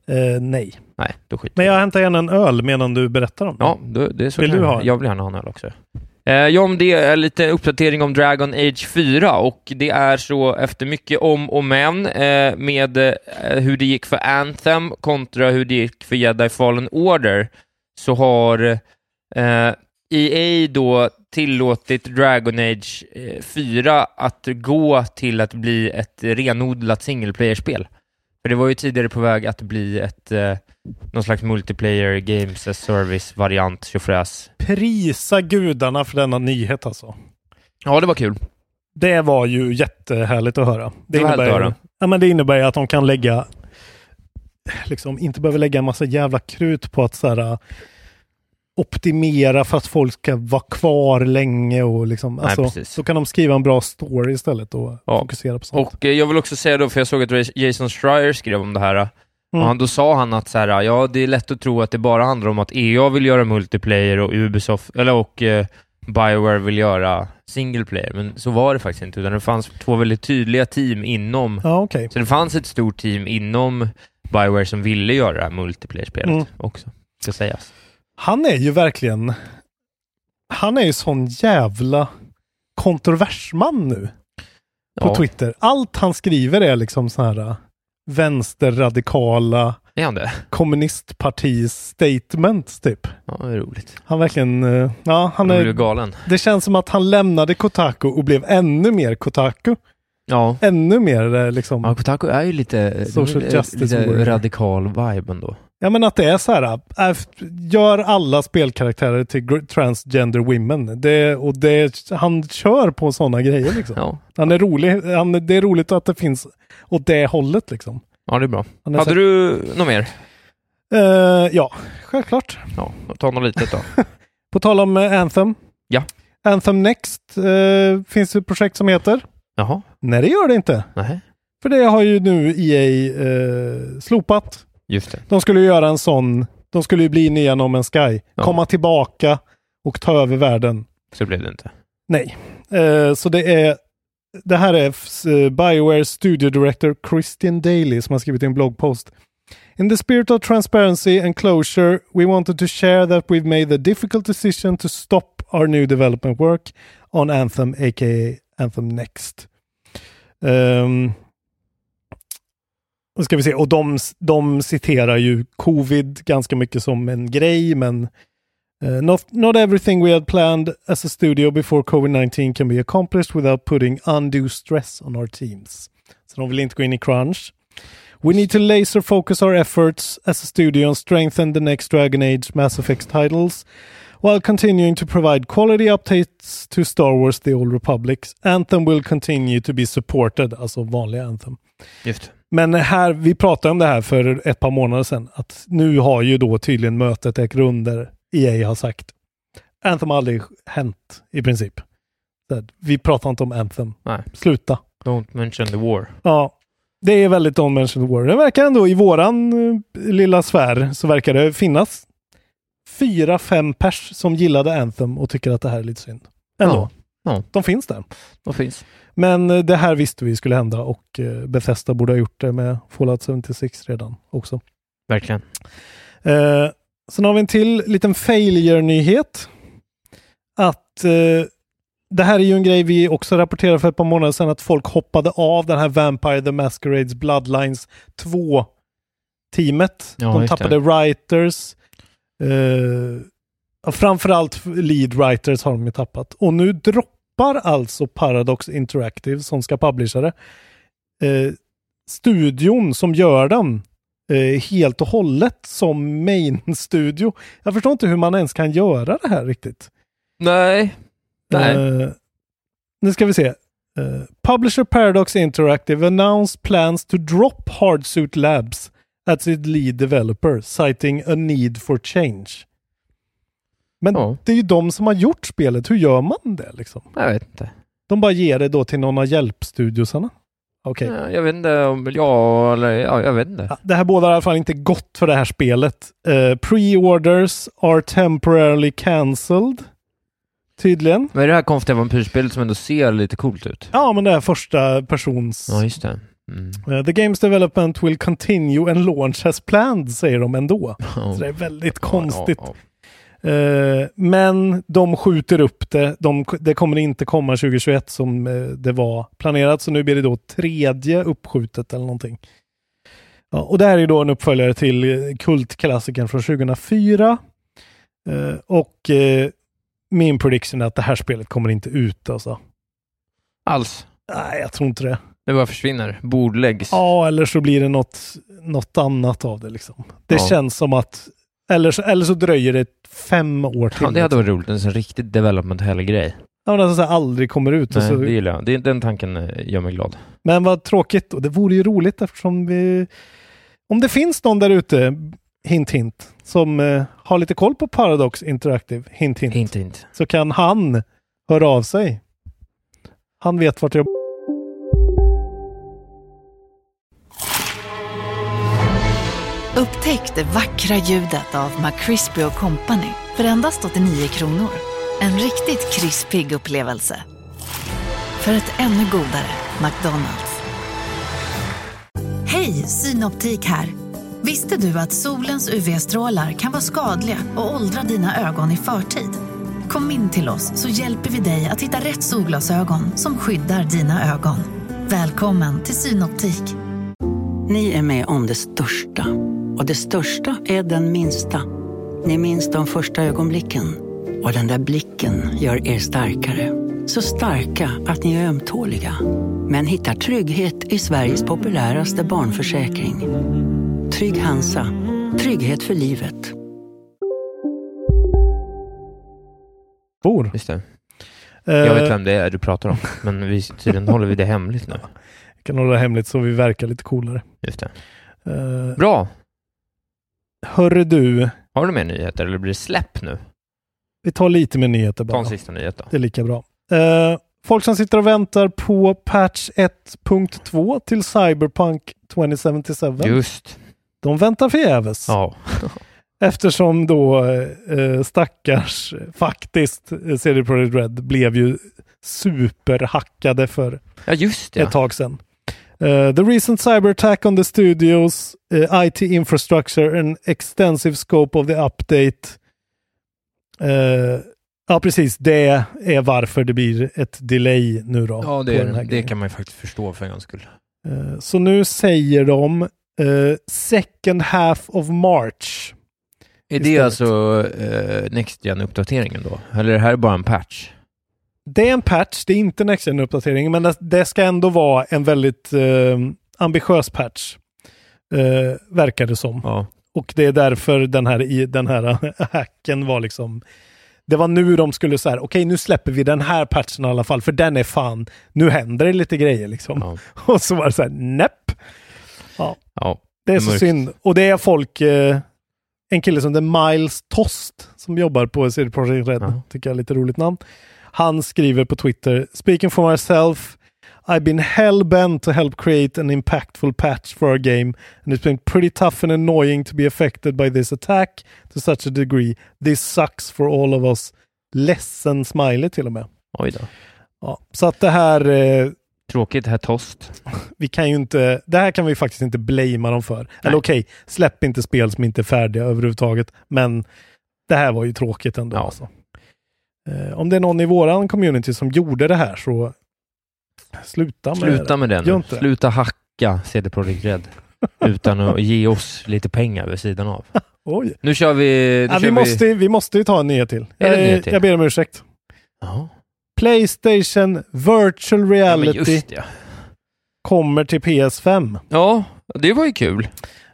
S2: Eh, nej.
S6: Nej, då skiter
S2: Men
S6: vi i
S2: jag hämtar gärna en öl medan du berättar om det.
S6: Ja, det, det är så
S2: Vill
S6: kan
S2: du
S6: jag-
S2: ha en?
S6: Jag vill gärna ha en öl också. Eh, ja, om det är lite uppdatering om Dragon Age 4 och det är så efter mycket om och men eh, med eh, hur det gick för Anthem kontra hur det gick för Jedi Fallen Order så har eh, EA då tillåtit Dragon Age eh, 4 att gå till att bli ett renodlat single player-spel. För det var ju tidigare på väg att bli ett eh, någon slags multiplayer games as service variant tjofräs.
S2: Prisa gudarna för denna nyhet alltså.
S6: Ja, det var kul.
S2: Det var ju jättehärligt att höra. Det,
S6: Det var
S2: innebär,
S6: härligt att
S2: ju-
S6: höra.
S2: Ja, men det innebär ju att de kan lägga, liksom inte behöver lägga en massa jävla krut på att så här, äh, optimera för att folk ska vara kvar länge och liksom,
S6: Nej,
S2: alltså,
S6: precis.
S2: så kan de skriva en bra story istället och
S6: Ja.
S2: fokusera på sånt.
S6: Och eh, jag vill också säga då, för jag såg att Ray- Jason Schreier skrev om det här, eh,
S2: Mm.
S6: och han, då sa han att så här, eh, ja, det är lätt att tro att det bara handlar om att EA vill göra multiplayer och Ubisoft, eller och eh, Bioware vill göra single player, men så var det faktiskt inte, utan det fanns två väldigt tydliga team inom
S2: Ja, okej.
S6: Så det fanns ett stort team inom Bioware som ville göra det här multiplayer-spelet
S2: Mm.
S6: också, ska sägas.
S2: Han är ju verkligen, han är ju sån jävla kontroversman nu. på
S6: Ja,
S2: Twitter. Allt han skriver är liksom så här äh, vänsterradikala
S6: är han det?
S2: kommunistpartis statements typ.
S6: Ja, det är roligt.
S2: Han verkligen, äh, ja han
S6: Han blev
S2: är,
S6: galen.
S2: det känns som att han lämnade Kotaku och blev ännu mer Kotaku.
S6: Ja.
S2: Ännu mer äh, liksom,
S6: Ja, Kotaku är ju lite,
S2: Social
S6: lite,
S2: justice warrior.
S6: lite radikal vibe ändå.
S2: ja men att det är så här, äh, f- gör alla spelkaraktärer till gr- transgender women. Det, och det, han kör på sådana grejer liksom.
S6: Ja,
S2: Han är rolig, han, det är roligt att det finns åt det hållet liksom.
S6: ja det är bra.
S2: Han är så
S6: Hade
S2: här-
S6: du något mer?
S2: Eh, ja, självklart.
S6: Ja, ta något litet då.
S2: På tal om eh, Anthem.
S6: Ja.
S2: Anthem Next eh, finns det ett projekt som heter?
S6: Jaha,
S2: Nej, det gör det inte.
S6: nej.
S2: För det har ju nu EA eh, slopat.
S6: Just det.
S2: De skulle ju göra en sån. De skulle ju bli nya No Man's Sky.
S6: Ja.
S2: Komma tillbaka och ta över världen.
S6: Så blev det inte.
S2: Nej. Eh, så det är det här är eh, Bioware Studio Director Christian Daly som har skrivit i en bloggpost. In the spirit of transparency and closure we wanted to share that we've made the difficult decision to stop our new development work on Anthem aka Anthem Next. Ehm, nu ska vi se, och de, de citerar ju covid ganska mycket som en grej, men Uh, not, not everything we had planned as a studio before covid-19 can be accomplished without putting undue stress on our teams. Så de vill inte gå in i crunch. We need to laser focus our efforts as a studio and strengthen the next Dragon Age Mass Effect titles while continuing to provide quality updates to Star Wars The Old Republic. Anthem will continue to be supported, alltså vanliga Anthem.
S6: Just det.
S2: Men här, vi pratade om det här för ett par månader sedan. Att nu har ju då tydligen mötet ägt rum där EA har sagt Anthem har aldrig hänt i princip. Så att Vi pratar inte om Anthem.
S6: Nej.
S2: Sluta.
S6: Don't mention the war.
S2: Ja, det är väldigt unmentioned war. Det verkar ändå i våran eh, lilla sfär så verkar det finnas fyra, fem pers som gillade Anthem och tycker att det här är lite synd. Ändå.
S6: Ja. Ja.
S2: De finns där.
S6: Vad finns?
S2: Men eh, det här visste vi skulle hända och eh, Bethesda borde ha gjort det med Fallout 76 redan också.
S6: Verkligen.
S2: Eh, sen har vi en till liten failure-nyhet. Att eh, det här är ju en grej vi också rapporterade för ett par månader sedan att folk hoppade av den här Vampire the Masquerades Bloodlines 2-teamet.
S6: Ja,
S2: De
S6: just
S2: tappade writers. Eh, ja, framförallt lead writers har de ju tappat. Och nu droppar alltså Paradox Interactive som ska publisha det. Eh, studion som gör den eh, helt och hållet som main-studio. Jag förstår inte hur man ens kan göra det här riktigt.
S6: Nej. Nej.
S2: Eh, nu ska vi se. Eh, Publisher Paradox Interactive announced plans to drop Hardsuit Labs as its lead developer, citing a need for change. Men
S6: Ja.
S2: det är ju de som har gjort spelet. Hur gör man det liksom?
S6: Jag vet inte.
S2: De bara ger det då till någon av hjälpstudiosarna. Okej.
S6: Ja, Jag vet inte om... Ja, eller... Ja, jag vet inte.
S2: Ja, Det här bådar i alla fall inte gott för det här spelet. Eh, Pre-orders are temporarily cancelled. Tydligen.
S6: Men det här konstiga vampyrspelet som ändå ser lite coolt ut.
S2: Ja, men det är första persons...
S6: Ja, just det. Mm.
S2: Eh, the game's development will continue and launch as planned, säger de ändå.
S6: Ja.
S2: Så det är väldigt
S6: Ja,
S2: konstigt.
S6: ja,
S2: Eh, men de skjuter upp det. De, det kommer inte komma 2021 som eh, det var planerat. Så nu blir det då tredje uppskjutet eller någonting. Ja, och det här är då en uppföljare till eh, kultklassikern från 2004. Eh, och eh, min prediction är att det här spelet kommer inte ut alltså.
S6: ja. Alls.
S2: Nej, jag tror inte det.
S6: Det bara försvinner. Bordläggs.
S2: Ja, eller så blir det något, något annat av det liksom. Det
S6: Ja.
S2: känns som att, eller så, eller så dröjer det fem år till. liksom.
S6: Ja, det hade varit roligt. En sån riktigt development hell grej.
S2: Ja, men alltså, så här, aldrig kommer ut. alltså, och så,
S6: Nej, det gillar jag. Det, den tanken eh, gör mig glad.
S2: Men vad tråkigt. Och det vore ju roligt eftersom vi... Om det finns någon där ute, hint hint, som eh, har lite koll på Paradox Interactive, hint hint,
S6: Inte, inte.
S2: så kan han höra av sig. Han vet vart jag...
S8: Upptäck det vackra ljudet av McCrispy Company för endast 89 kronor. En riktigt krispig upplevelse. För ett ännu godare McDonalds. Hej, Synoptik här. Visste du att solens UV-strålar kan vara skadliga och åldra dina ögon i förtid? Kom in till oss så hjälper vi dig att hitta rätt solglasögon som skyddar dina ögon. Välkommen till Synoptik.
S3: Ni är med om det största. Och det största är den minsta. Ni minns de första ögonblicken. Och den där blicken gör er starkare. Så starka att ni är ömtåliga. Men hittar trygghet i Sveriges populäraste barnförsäkring. Trygg Hansa. Trygghet för livet.
S2: bor.
S6: Just det.
S2: Eh,
S6: Jag vet vem det är du pratar om. Men vi, tydligen håller vi det hemligt nu.
S2: kan hålla det hemligt så vi verkar lite coolare.
S6: Just det.
S2: Eh,
S6: Bra.
S2: Hörru du,
S6: Har du mer nyheter eller blir det släpp nu?
S2: vi tar lite med nyheter
S6: Ta en
S2: bara.
S6: sista nyhet då.
S2: Det är lika bra. Eh, folk som sitter och väntar på patch 1.2 till Cyberpunk 2077.
S6: Just.
S2: De väntar förgäves.
S6: Ja.
S2: Eftersom då eh, stackars, faktiskt, eh, CD Projekt Red blev ju superhackade för
S6: Ja, just
S2: ett
S6: det.
S2: tag sedan. Eh, the recent cyber attack on the studios, eh, IT infrastructure and extensive scope of the update. Eh, ja, precis. Det är varför det blir ett delay nu då.
S6: Ja,
S2: på den
S6: det,
S2: här
S6: det
S2: grejen.
S6: kan man ju faktiskt förstå för en gångs skull.
S2: Eh, Så nu säger de eh, second half of March.
S6: Är det
S2: Istället.
S6: alltså eh, Next Gen-uppdateringen då? Eller är det här bara en patch?
S2: Det är en patch, det är inte en extra uppdatering, men det, det ska ändå vara en väldigt eh, ambitiös patch. Eh, verkar det som.
S6: Ja.
S2: Och det är därför den här, i, den här (laughs) hacken var liksom... Det var nu de skulle säga, okej nu släpper vi den här patchen i alla fall, för den är fan, nu händer det lite grejer liksom.
S6: Ja.
S2: (laughs) Och så var det så här, näpp.
S6: ja.
S2: Det är så
S6: Mörkt.
S2: synd. Och det är folk, eh, en kille som heter Miles Tost som jobbar på CD Projekt Red,
S6: Ja.
S2: tycker jag är lite roligt namn. Han skriver på Twitter, speaking for myself, I've been hell-bent to help create an impactful patch for our game and it's been pretty tough and annoying to be affected by this attack to such a degree. This sucks for all of us. Ledsen smiley till och med.
S6: Oj då.
S2: Ja, så att det här eh,
S6: Tråkigt, herr Tost.
S2: vi kan ju inte, det här kan vi faktiskt inte blamea dem för. Eller okej, släpp inte spel som inte är färdiga överhuvudtaget, men det här var ju tråkigt ändå.
S6: Ja.
S2: Alltså. Eh, om det är någon i våran community som gjorde det här så sluta med
S6: Sluta
S2: det.
S6: med den.
S2: Gör
S6: nu.
S2: inte det.
S6: Sluta hacka CD Projekt Red. Utan att ge oss lite pengar vid sidan av.
S2: Oj.
S6: Nu kör vi... Nu
S2: Ja,
S6: kör
S2: vi, måste, vi måste ju ta en nyhet till.
S6: Är det en
S2: Jag-
S6: nyhet till?
S2: Jag ber om ursäkt.
S6: Ja.
S2: Playstation Virtual
S6: ja, men
S2: Reality
S6: just det.
S2: kommer till PS5.
S6: Ja, det var ju kul.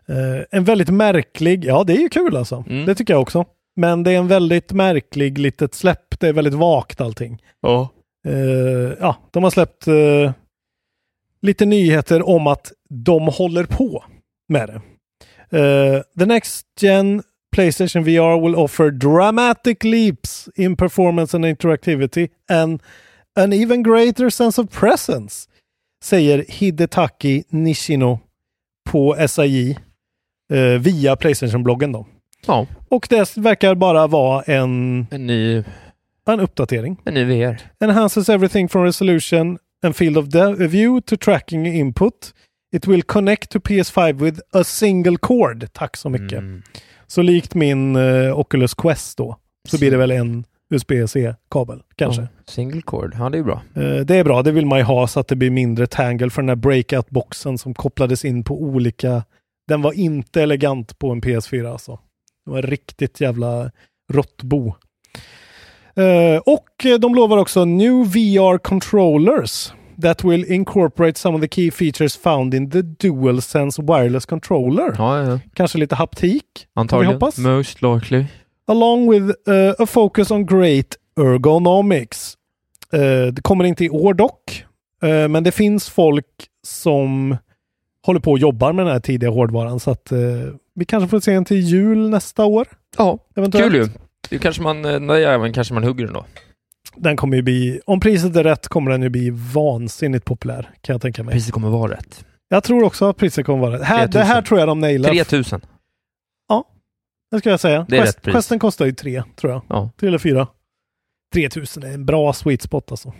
S2: Eh, en väldigt märklig, ja det är ju kul alltså.
S6: Mm.
S2: Det tycker jag också. Men det är en väldigt märklig litet släpp. Det är väldigt vagt allting.
S6: Ja.
S2: Eh, ja, de har släppt eh, lite nyheter om att de håller på med det. Eh, the next gen Playstation VR will offer dramatic leaps in performance and interactivity and an even greater sense of presence, säger Hidetaki Nishino på SAI eh, via Playstation-bloggen. Då.
S6: Ja,
S2: Och det verkar bara vara en,
S6: en ny,
S2: en uppdatering.
S6: en ny VR.
S2: enhances everything from resolution and field of de- view to tracking input. It will connect to PS5 with a single cord. Tack så mycket.
S6: Mm.
S2: Så likt min eh, Oculus Quest då, så blir det väl en USB-C-kabel kanske.
S6: Ja, Single cord. Ja, det är bra.
S2: Eh, det är bra, det vill man ju ha så att det blir mindre tangle för den här breakout-boxen som kopplades in på olika... Den var inte elegant på en PS4 alltså. Det var riktigt jävla råttbo. Eh, och eh, de lovar också new VR controllers that will incorporate some of the key features found in the DualSense wireless controller.
S6: Ja, ja, ja.
S2: Kanske lite haptik.
S6: Antagligen.
S2: Vi hoppas.
S6: Most likely.
S2: along with uh, a focus on great ergonomics. Eh, det kommer inte i år dock, eh, men det finns folk som håller på och jobbar med den här tidiga hårdvaran så att eh, vi kanske får se den till jul nästa år.
S6: Ja,
S2: Eventuellt.
S6: kul ju. Det kanske man, eh, nej, ja, men kanske man hugger den då.
S2: Den kommer ju bli, om priset är rätt kommer den ju bli vansinnigt populär kan jag tänka mig.
S6: Priset kommer vara rätt.
S2: Jag tror också att priset kommer vara rätt. Här, det
S6: 3000.
S2: här tror jag de nailar.
S6: 3000.
S2: Det ska jag säga.
S6: Det är
S2: Quest,
S6: rätt pris.
S2: Questen kostar ju tre, tror jag.
S6: Ja.
S2: Tre eller fyra. 3000 är en bra sweet spot alltså.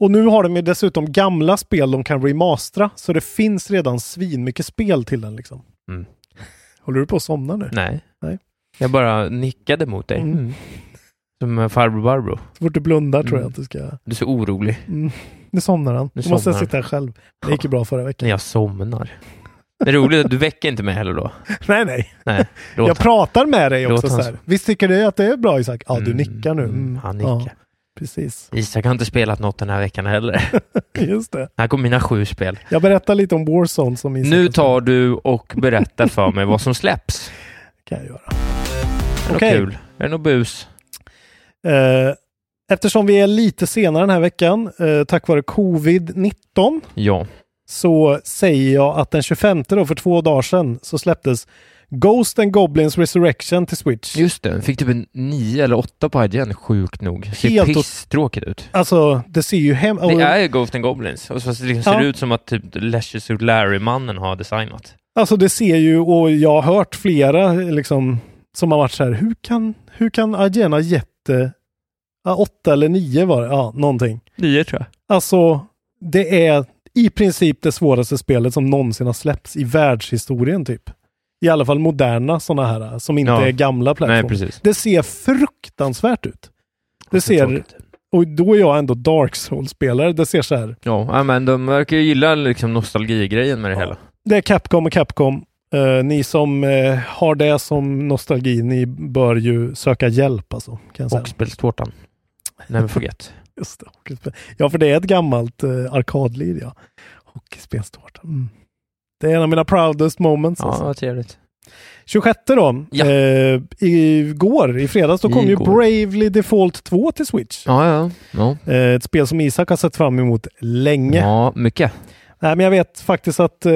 S2: Och nu har de ju dessutom gamla spel de kan remastera, så det finns redan svinmycket spel till den liksom.
S6: Mm.
S2: Håller du på att somna nu?
S6: Nej.
S2: Nej.
S6: Jag bara nickade mot dig.
S2: Mm.
S6: Som eh, farbror Barbro.
S2: Så fort du blundar tror jag
S6: Mm.
S2: att du ska...
S6: Du är så orolig
S2: Nu somnar han.
S6: Nu
S2: Nu måste jag
S6: somnar
S2: sitta här själv. Det gick ju bra förra veckan.
S6: när jag somnar. Det är roligt att du väcker inte mig heller då.
S2: (laughs) Nej, nej. (laughs)
S6: Nej, låt
S2: Jag
S6: han.
S2: pratar med dig
S6: Låt
S2: också
S6: han
S2: så här. Visst tycker du att det är bra Isak? Ja, du
S6: Mm,
S2: nickar nu.
S6: mm,
S2: Mm.
S6: han
S2: Ja,
S6: nickar.
S2: precis.
S6: Isak har inte spelat något den här veckan heller.
S2: Just det.
S6: Här kommer mina sju spel.
S2: Jag berättar lite om Warzone som Isak
S6: Nu
S2: har spelat.
S6: tar du och berättar för mig vad som släpps.
S2: kan jag göra.
S6: Är det
S2: Okej.
S6: något kul? Är det något bus?
S2: Eh, Eftersom vi är lite senare den här veckan, eh, tack vare covid-19,
S6: Ja.
S2: så säger jag att den 25 då, för två dagar sedan, så släpptes Ghost and Goblins Resurrection till Switch.
S6: Just det, den fick typ en 9 eller 8 på IGN, sjukt nog. Det ser
S2: Helt åt-
S6: pisstråkigt ut.
S2: Alltså, det ser ju hem...
S6: Det är ju Ghost and Goblins, och så ser det ser
S2: Ja.
S6: ut som att typ Leisure Suit Larry-mannen har designat.
S2: Alltså det ser ju, och jag har hört flera liksom, som har varit så här, hur kan, hur kan Agena gett eh, ja, åtta eller nio var det, ja någonting.
S6: 9 tror jag.
S2: Alltså det är i princip det svåraste spelet som någonsin har släppts i världshistorien typ. I alla fall moderna sådana här som inte
S6: Ja.
S2: är gamla
S6: Nej,
S2: plattformar.
S6: precis.
S2: Det ser fruktansvärt ut. Det ser,
S6: Tråkigt.
S2: och då är jag ändå Dark Souls-spelare, det ser så här
S6: Ja, ja, men de verkar ju gilla liksom nostalgigrejen med det hela.
S2: det är Capcom och Capcom. Eh, ni som eh, har det som nostalgi, ni bör ju söka hjälp alltså. Kan jag säga.
S6: Och spelstårtan. Never forget.
S2: Just det, hockeyspel. Ja, för det är ett gammalt eh, arkadlir, ja. Hockeyspelstårta. Mm. Det är en av mina proudest moments.
S6: Ja,
S2: Alltså.
S6: vad trevligt.
S2: 26 då,
S6: Ja.
S2: eh, igår, i fredags, då kom
S6: Igår.
S2: ju Bravely Default 2 till Switch.
S6: Ja, ja, ja.
S2: Eh, ett spel som Isak har sett fram emot länge.
S6: Ja, mycket.
S2: Nej, men jag vet faktiskt att eh,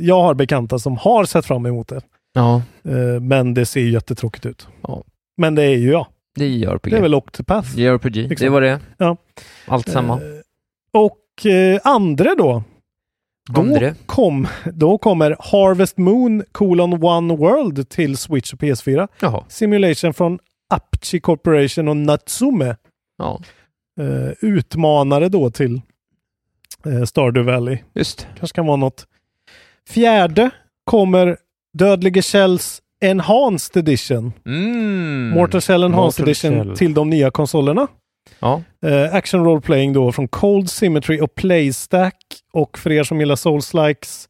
S2: jag har bekanta som har sett fram emot det.
S6: Ja,
S2: Eh, Men det ser ju jättetråkigt ut.
S6: Ja.
S2: Men det är ju jag.
S6: det är ju RPG.
S2: Det är väl Octopath.
S6: Det är RPG.
S2: Exakt.
S6: Det var det.
S2: Ja.
S6: Allt samma.
S2: Eh, Och eh, andre då. Eh, Då,
S6: Andre.
S2: Kom, då kommer Harvest Moon colon One World till Switch och PS4.
S6: Jaha.
S2: Simulation från Apchi Corporation och Natsume.
S6: Ja,
S2: Eh, utmanare då till eh, Stardew Valley.
S6: just.
S2: Kanske kan vara något. Fjärde kommer Mm. Dödlige Shells Enhanced Edition.
S6: Mm.
S2: Mortal Shell Enhanced
S6: Mortal
S2: Edition
S6: Shell.
S2: till de nya konsolerna.
S6: Ja.
S2: Eh, action Role Playing då från Cold Symmetry och Playstack. Och för er som gillar Souls-likes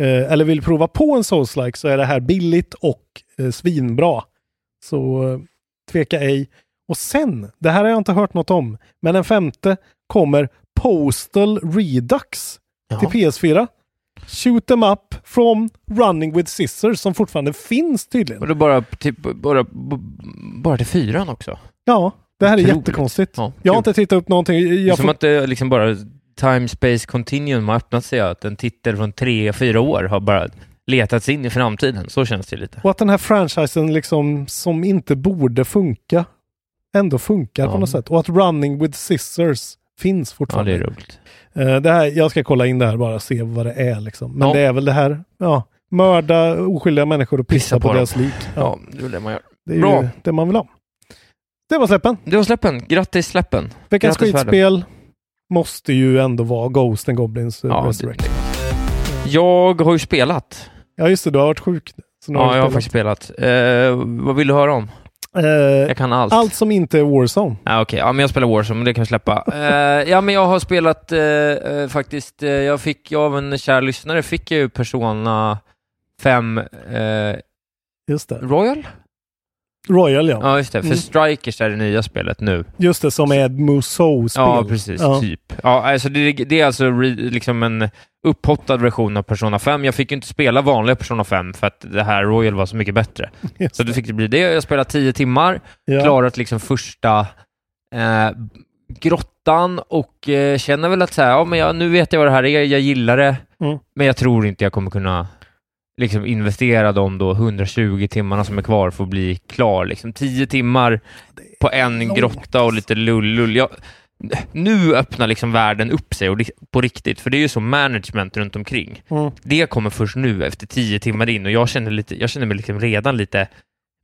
S2: eh, eller vill prova på en Souls-like så är det här billigt och eh, svinbra. Så eh, tveka ej. Och sen, det här har jag inte hört något om, men den femte kommer Postal Redux till
S6: Jaha.
S2: PS4. Shoot them up from Running with Scissors som fortfarande finns tydligen.
S6: Och då bara, typ, bara, bara till fyran också.
S2: Ja, det här är
S6: Otroligt.
S2: jättekonstigt.
S6: Ja,
S2: jag har
S6: kul.
S2: inte tittat upp någonting.
S6: Det är
S2: Jag
S6: som
S2: får...
S6: att det liksom bara time space continuum har öppnat sig, att en titel från tre, fyra år har bara letats in i framtiden. Så känns det lite.
S2: Och att den här franchisen liksom, som inte borde funka ändå funkar
S6: Ja.
S2: på något sätt. Och att Running with Scissors finns
S6: Ja, det
S2: fortfarande.
S6: är roligt.
S2: Eh, det här, jag ska kolla in det här bara och se vad det är. Liksom. Men
S6: Ja.
S2: det är väl det här, ja, mörda oskyldiga människor och pissa,
S6: Pissa
S2: på,
S6: på
S2: deras lik. Ja,
S6: Ja, det är det man gör.
S2: det är ju
S6: Bra.
S2: det man vill ha. Det var släppen.
S6: Det var släppen. Grattis släppen.
S2: Veckans
S6: Grattis,
S2: skitspel måste ju ändå vara Ghost and Goblins eh,
S6: Ja, det,
S2: Resurrection.
S6: jag har ju spelat.
S2: Ja, just det. Du har varit sjuk. Så nu
S6: Ja,
S2: du
S6: jag har
S2: spelat.
S6: faktiskt spelat. Eh, vad vill du höra om?
S2: Eh,
S6: Jag kan allt.
S2: Allt som inte är Warzone.
S6: Ja, Okej, ja, men jag spelar Warzone, men det kan vi (laughs) släppa. Eh, ja, men jag har spelat eh, eh, faktiskt, eh, jag fick jag av en kär lyssnare, fick jag ju Persona 5 eh,
S2: Just det.
S6: Royal?
S2: Royal ja.
S6: Ja, just det. För
S2: Mm.
S6: Strikers är det nya spelet nu.
S2: Just det, som är ett Musou-spel.
S6: Ja, precis. Typ. Ja, alltså det, det är alltså re, liksom en upphottad version av Persona 5. Jag fick ju inte spela vanliga Persona 5 för att det här Royal var så mycket (laughs) bättre.
S2: Just
S6: Så det fick det bli det. Jag spelade 10 timmar.
S2: det. Ja.
S6: klarat liksom första eh, grottan och eh, känner väl att så här, ja, men jag, nu vet jag vad det här är, jag gillar det,
S2: Mm.
S6: men jag tror inte jag kommer kunna liksom, investera de då 120 timmarna som är kvar för att bli klar. Liksom, 10 timmar på en
S2: långt,
S6: grotta och lite lullull. Jag, nu öppnar liksom världen upp sig och, li- på riktigt, för det är ju så management runt omkring.
S2: Mm.
S6: Det kommer först nu efter 10 timmar in och jag känner, lite, jag känner mig liksom redan lite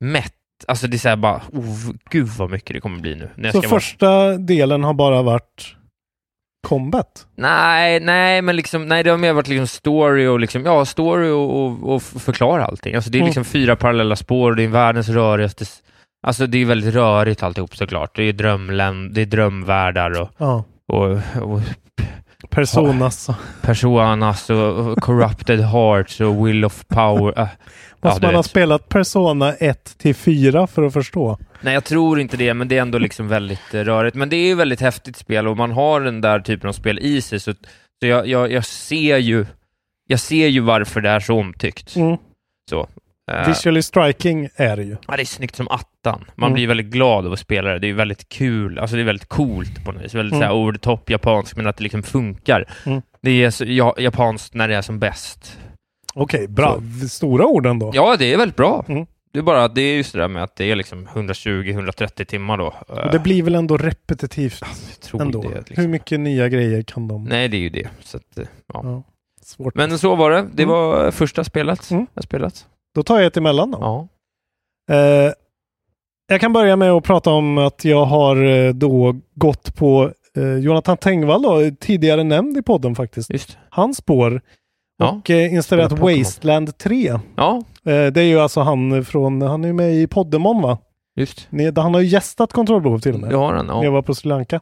S6: mätt. Alltså det är såhär bara, oh, gud vad mycket det kommer bli nu. När jag
S2: Så
S6: ska vara-
S2: första delen har bara varit combat.
S6: Nej, nej, men liksom, nej, det har mer varit liksom story och liksom, ja, story och, och, och förklara allting. Alltså det är
S2: Mm.
S6: liksom fyra parallella spår och det är världens rörigaste... s- Alltså det är väldigt rörigt alltihop såklart. Det är drömländ, det är drömvärldar och,
S2: Ja.
S6: och, och
S2: Personas.
S6: personas och, och corrupted hearts och will of power. Äh, ja,
S2: Måste
S6: du
S2: man ha
S6: vet.
S2: spelat Persona 1 till 4 för att förstå?
S6: Nej, jag tror inte det, men det är ändå liksom väldigt eh, rörigt. Men det är ju väldigt häftigt spel och man har den där typen av spel i sig, så, så jag, jag, jag, ser ju, jag ser ju varför det är så omtyckt.
S2: Mm.
S6: Så. eh,
S2: Visually striking är det ju.
S6: ja, det är snyggt som attan. Man
S2: Mm.
S6: blir väldigt glad av att spela det. Det är väldigt kul, alltså det är väldigt coolt på något vis. Väldigt
S2: Mm.
S6: såhär over the top japanskt, men att det liksom funkar.
S2: Mm.
S6: Det är så, ja, japanskt när det är som bäst.
S2: Okej, bra. Stora ord ändå.
S6: Ja, det är väldigt bra.
S2: Mm.
S6: Det är bara att det är just det där med att det är liksom 120-130 timmar då.
S2: Och det blir väl ändå repetitivt
S6: tror
S2: ändå.
S6: det, liksom.
S2: Hur mycket nya grejer kan de?
S6: Nej, det är ju det. Så att, eh, ja.
S2: Ja. Svårt.
S6: Men så var det. Det
S2: Mm.
S6: var första spelet jag spelat.
S2: Då tar jag ett emellan då.
S6: Ja.
S2: Eh, jag kan börja med att prata om att jag har eh, då gått på eh, Jonathan Tengvall, då, tidigare nämnd i podden faktiskt.
S6: Just.
S2: Hans spår.
S6: Ja.
S2: Och eh, installerat
S6: Spela Pokémon.
S2: Wasteland 3. Eh,
S6: Ja,
S2: det är ju alltså han från, han är ju med i Poddemon va?
S6: just.
S2: Ni- Han har ju gästat kontrollbehov till och med.
S6: Det har han.
S2: när jag
S6: Ja.
S2: var på Sri Lanka.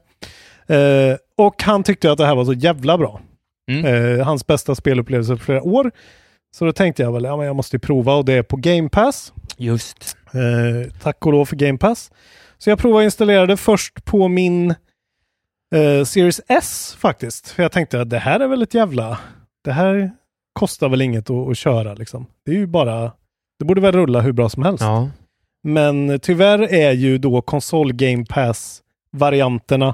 S2: Eh, och han tyckte att det här var så jävla bra.
S6: Mm.
S2: Eh, hans bästa spelupplevelse på flera år. Så då tänkte jag väl, ja men jag måste ju prova och det är på Game Pass.
S6: Just.
S2: Eh, tack och lov för Game Pass. Så jag provade och installerade först på min eh, Series S faktiskt. För jag tänkte att det här är väl ett jävla... Det här kostar väl inget att, att köra liksom. Det är ju bara... Det borde väl rulla hur bra som helst.
S6: Ja.
S2: Men tyvärr är ju då konsol Game Pass-varianterna,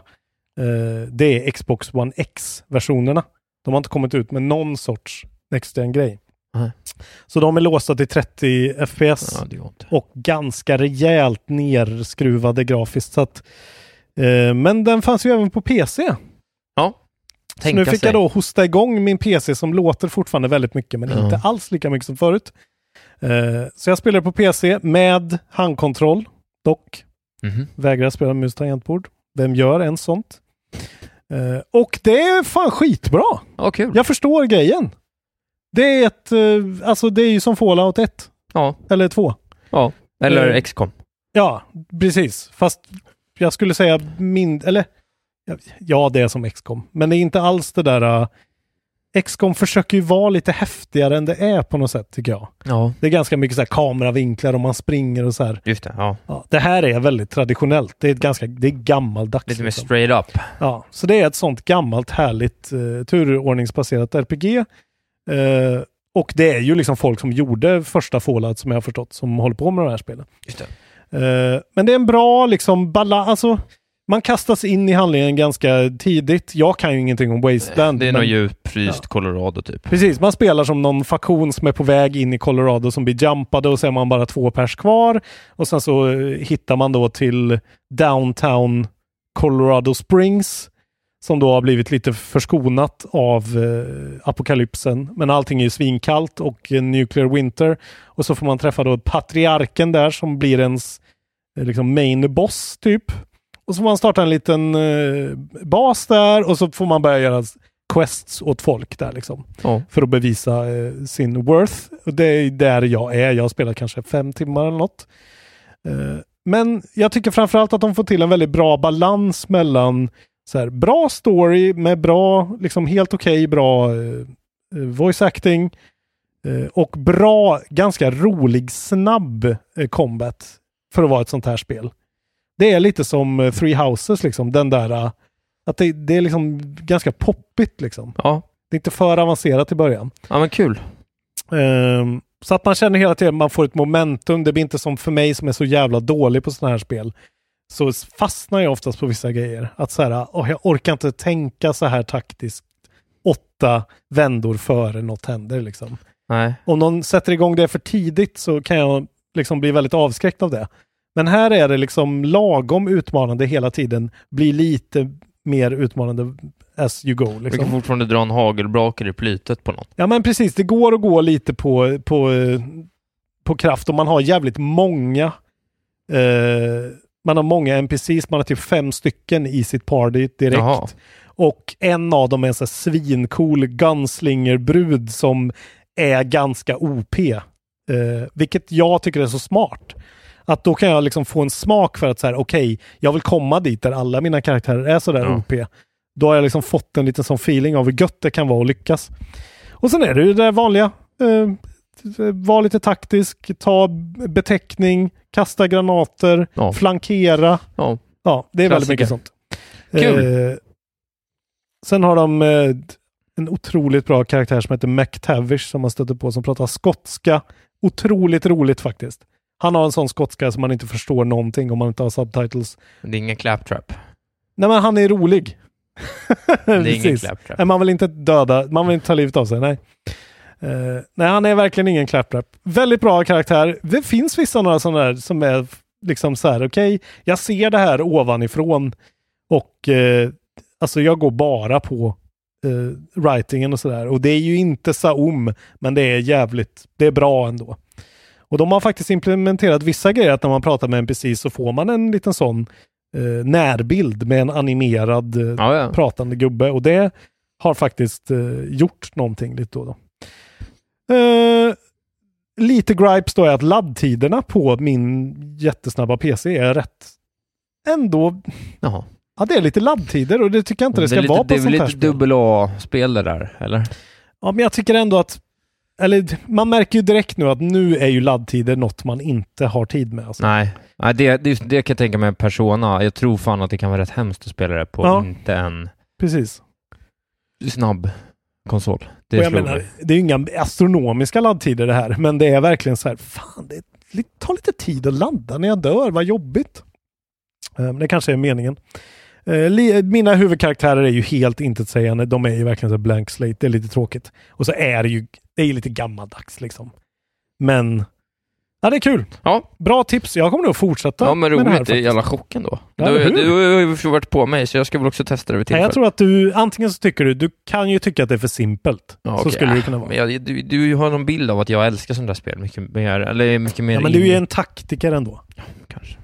S2: eh, det är Xbox One X-versionerna. De har inte kommit ut med någon sorts next gen grej
S6: Nej.
S2: Så de är låsta till 30 FPS
S6: ja, det går inte.
S2: och ganska rejält nerskruvade grafiskt. Så att, eh, men den fanns ju även på PC.
S6: Ja.
S2: Så nu fick jag då hosta igång min PC som låter fortfarande väldigt mycket, men
S6: Ja.
S2: inte alls lika mycket som förut. Eh, så jag spelade på PC med handkontroll, dock.
S6: Mhm.
S2: Vägrar spela med mus och tangentbord. Vem gör ens sånt? Eh, och det är fan skitbra!
S6: Ja, kul.
S2: Jag förstår grejen. Det är ett, eh, alltså det är ju som Fallout 1,
S6: Ja.
S2: eller 2.
S6: ja. Eller
S2: Eh,
S6: XCOM.
S2: Ja, precis. Fast jag skulle säga mindre, eller ja, ja, det är som XCOM. Men det är inte alls det där... Uh, XCOM försöker ju vara lite häftigare än det är på något sätt, tycker jag.
S6: Ja,
S2: Det är ganska mycket så här kameravinklar och man springer och så här.
S6: just det. Ja.
S2: Ja, det här är väldigt traditionellt. Det är ett ganska, det är gammaldags.
S6: Lite mer
S2: liksom.
S6: straight up.
S2: Ja, så det är ett sånt gammalt härligt eh, turordningsbaserat RPG. Eh, och det är ju liksom folk som gjorde första Fallout som jag har förstått som håller på med de här spelen.
S6: Just
S2: Eh, men det är en bra liksom balans. Alltså, man kastas in i handlingen ganska tidigt. Jag kan ju ingenting om Wasteland.
S6: Det är
S2: men-
S6: något djupfryst Colorado typ.
S2: Precis, man spelar som någon faktion som är på väg in i Colorado som blir jumpade och så är man bara två pers kvar. Och sen så eh, hittar man då till downtown Colorado Springs som då har blivit lite förskonat av eh, apokalypsen. Men allting är ju svinkallt och eh, nuclear winter. Och så får man träffa då patriarken där som blir ens eh, liksom main boss typ. Och så får man starta en liten eh, bas där och så får man börja göra quests åt folk där liksom
S6: Ja.
S2: för att bevisa eh, sin worth. Och det är där jag är. Jag har spelat kanske fem timmar eller något. Eh, men jag tycker framförallt att de får till en väldigt bra balans mellan så här, bra story med bra, liksom helt okej bra eh, eh, voice acting eh, och bra, ganska rolig, snabb eh, combat för att vara ett sånt här spel. Det är lite som eh, Three Houses, liksom, den där eh, att det, det är liksom ganska poppigt liksom.
S6: Ja.
S2: Det är inte för avancerat i början.
S6: ja, men kul.
S2: Ehm, så att man känner hela tiden man får ett momentum. Det blir inte som för mig som är så jävla dålig på sådana här spel. Så s- fastnar jag oftast på vissa grejer. Att så här, "Åh, jag orkar inte tänka så här taktiskt åtta vändor före något händer liksom.
S6: Nej.
S2: Om någon sätter igång det för tidigt så kan jag liksom bli väldigt avskräckt av det. Men här är det liksom lagom utmanande hela tiden. Blir lite mer utmanande as you go.
S6: Vi
S2: Liksom.
S6: kan fortfarande dra en hagelbrake i plytet på något.
S2: Ja men precis, det går att gå lite på, på, eh, på kraft och man har jävligt många eh, man har många NPCs, man har typ fem stycken i sitt party direkt.
S6: Jaha.
S2: Och en av dem är en sån här svincool gunslingerbrud som är ganska OP. Eh, vilket jag tycker är så smart. Att då kan jag liksom få en smak för att så här, okej, jag vill komma dit där alla mina karaktärer är sådär
S6: Ja.
S2: OP. Då har jag liksom fått en liten sån feeling av hur gött det kan vara att lyckas. Och sen är det ju det där vanliga. Eh, var lite taktisk, ta beteckning, kasta granater,
S6: Ja.
S2: flankera.
S6: Ja.
S2: Ja, det är väldigt
S6: Klassiker.
S2: mycket sånt.
S6: Kul.
S2: Eh, sen har de eh, en otroligt bra karaktär som heter McTavish som man stöter på som pratar skotska. Otroligt roligt faktiskt. Han har en sån skotska som man inte förstår någonting om man inte har subtitles.
S6: Det är ingen claptrap.
S2: Nej men han är rolig.
S6: Det är ingen
S2: (laughs) Precis.
S6: claptrap.
S2: Nej, man vill inte döda, man vill inte ta livet av sig, nej. Eh, nej, han är verkligen ingen klapprapp. Väldigt bra karaktär. Det finns vissa några sådana där som är liksom så här, okej, jag ser det här ovanifrån och eh, alltså jag går bara på eh, writingen och sådär. Och det är ju inte Saum, men det är jävligt, det är bra ändå. Och de har faktiskt implementerat vissa grejer, att när man pratar med en NPC så får man en liten sån eh, närbild med en animerad eh,
S6: Ja, ja.
S2: pratande gubbe. Och det har faktiskt eh, gjort någonting lite då och då. Eh, lite gripes då är att laddtiderna på min jättesnabba PC är rätt ändå...
S6: Jaha.
S2: Ja, det är lite laddtider och det tycker jag inte det,
S6: är
S2: ska
S6: lite,
S2: vara på
S6: det är
S2: sånt
S6: väl
S2: här
S6: lite
S2: spel.
S6: dubbel A-spel det där, eller?
S2: Ja, men jag tycker ändå att... Eller man märker ju direkt nu att nu är ju laddtider något man inte har tid med. Alltså.
S6: Nej, Nej det, det, det kan jag tänka mig med Persona. Jag tror fan att det kan vara rätt hemskt att spela det på
S2: Ja.
S6: inte en
S2: Precis.
S6: snabb konsol. Det
S2: och jag
S6: slog
S2: menar,
S6: mig.
S2: det är ju inga astronomiska laddtider det här, men det är verkligen så här, fan det är li- tar lite tid att ladda när jag dör, vad jobbigt. Eh, Men det kanske är meningen. Eh, li- Mina huvudkaraktärer är ju helt intetsägande, de är ju verkligen så här blank slate, det är lite tråkigt. Och så är det ju, det är ju lite gammaldags liksom. Men, ja det är kul.
S6: Ja.
S2: Bra tips, jag kommer nog fortsätta
S6: Ja, men
S2: med det här
S6: roligt. Det är
S2: faktiskt.
S6: jävla chocken då.
S2: Ja,
S6: du,
S2: eller hur?
S6: du har ju varit på mig, så jag ska väl också testa det vid
S2: Nej,
S6: tillfälle.
S2: jag tror att du, antingen så tycker du, du kan ju tycka att det är för simpelt.
S6: Ja,
S2: Så
S6: okej.
S2: skulle det kunna (laughs) vara.
S6: Men jag, du, du har någon bild av att jag älskar sådana där spel mycket mer, eller mycket mer
S2: Ja, men du är ju
S6: in-
S2: en taktiker ändå.
S6: kanske.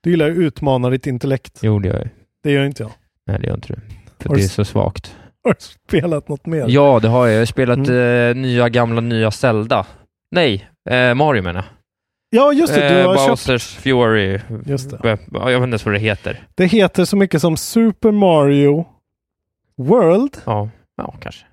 S2: Du gillar att utmana ditt intellekt.
S6: Jo, det gör jag.
S2: Det gör inte jag.
S6: Nej, det gör inte du. För
S2: Har du
S6: det är
S2: s-
S6: så svagt.
S2: Har du spelat något mer?
S6: Ja, det har jag. Jag har spelat
S2: Mm.
S6: eh, nya, gamla, nya Zelda. Nej, eh, Mario menar jag.
S2: Ja, just det. Du
S6: Eh,
S2: har köpt...
S6: Bowsers Fury.
S2: Just det.
S6: Ja, Jag vet inte ens vad det heter.
S2: det heter så mycket som Super Mario World.
S6: Ja, ja kanske.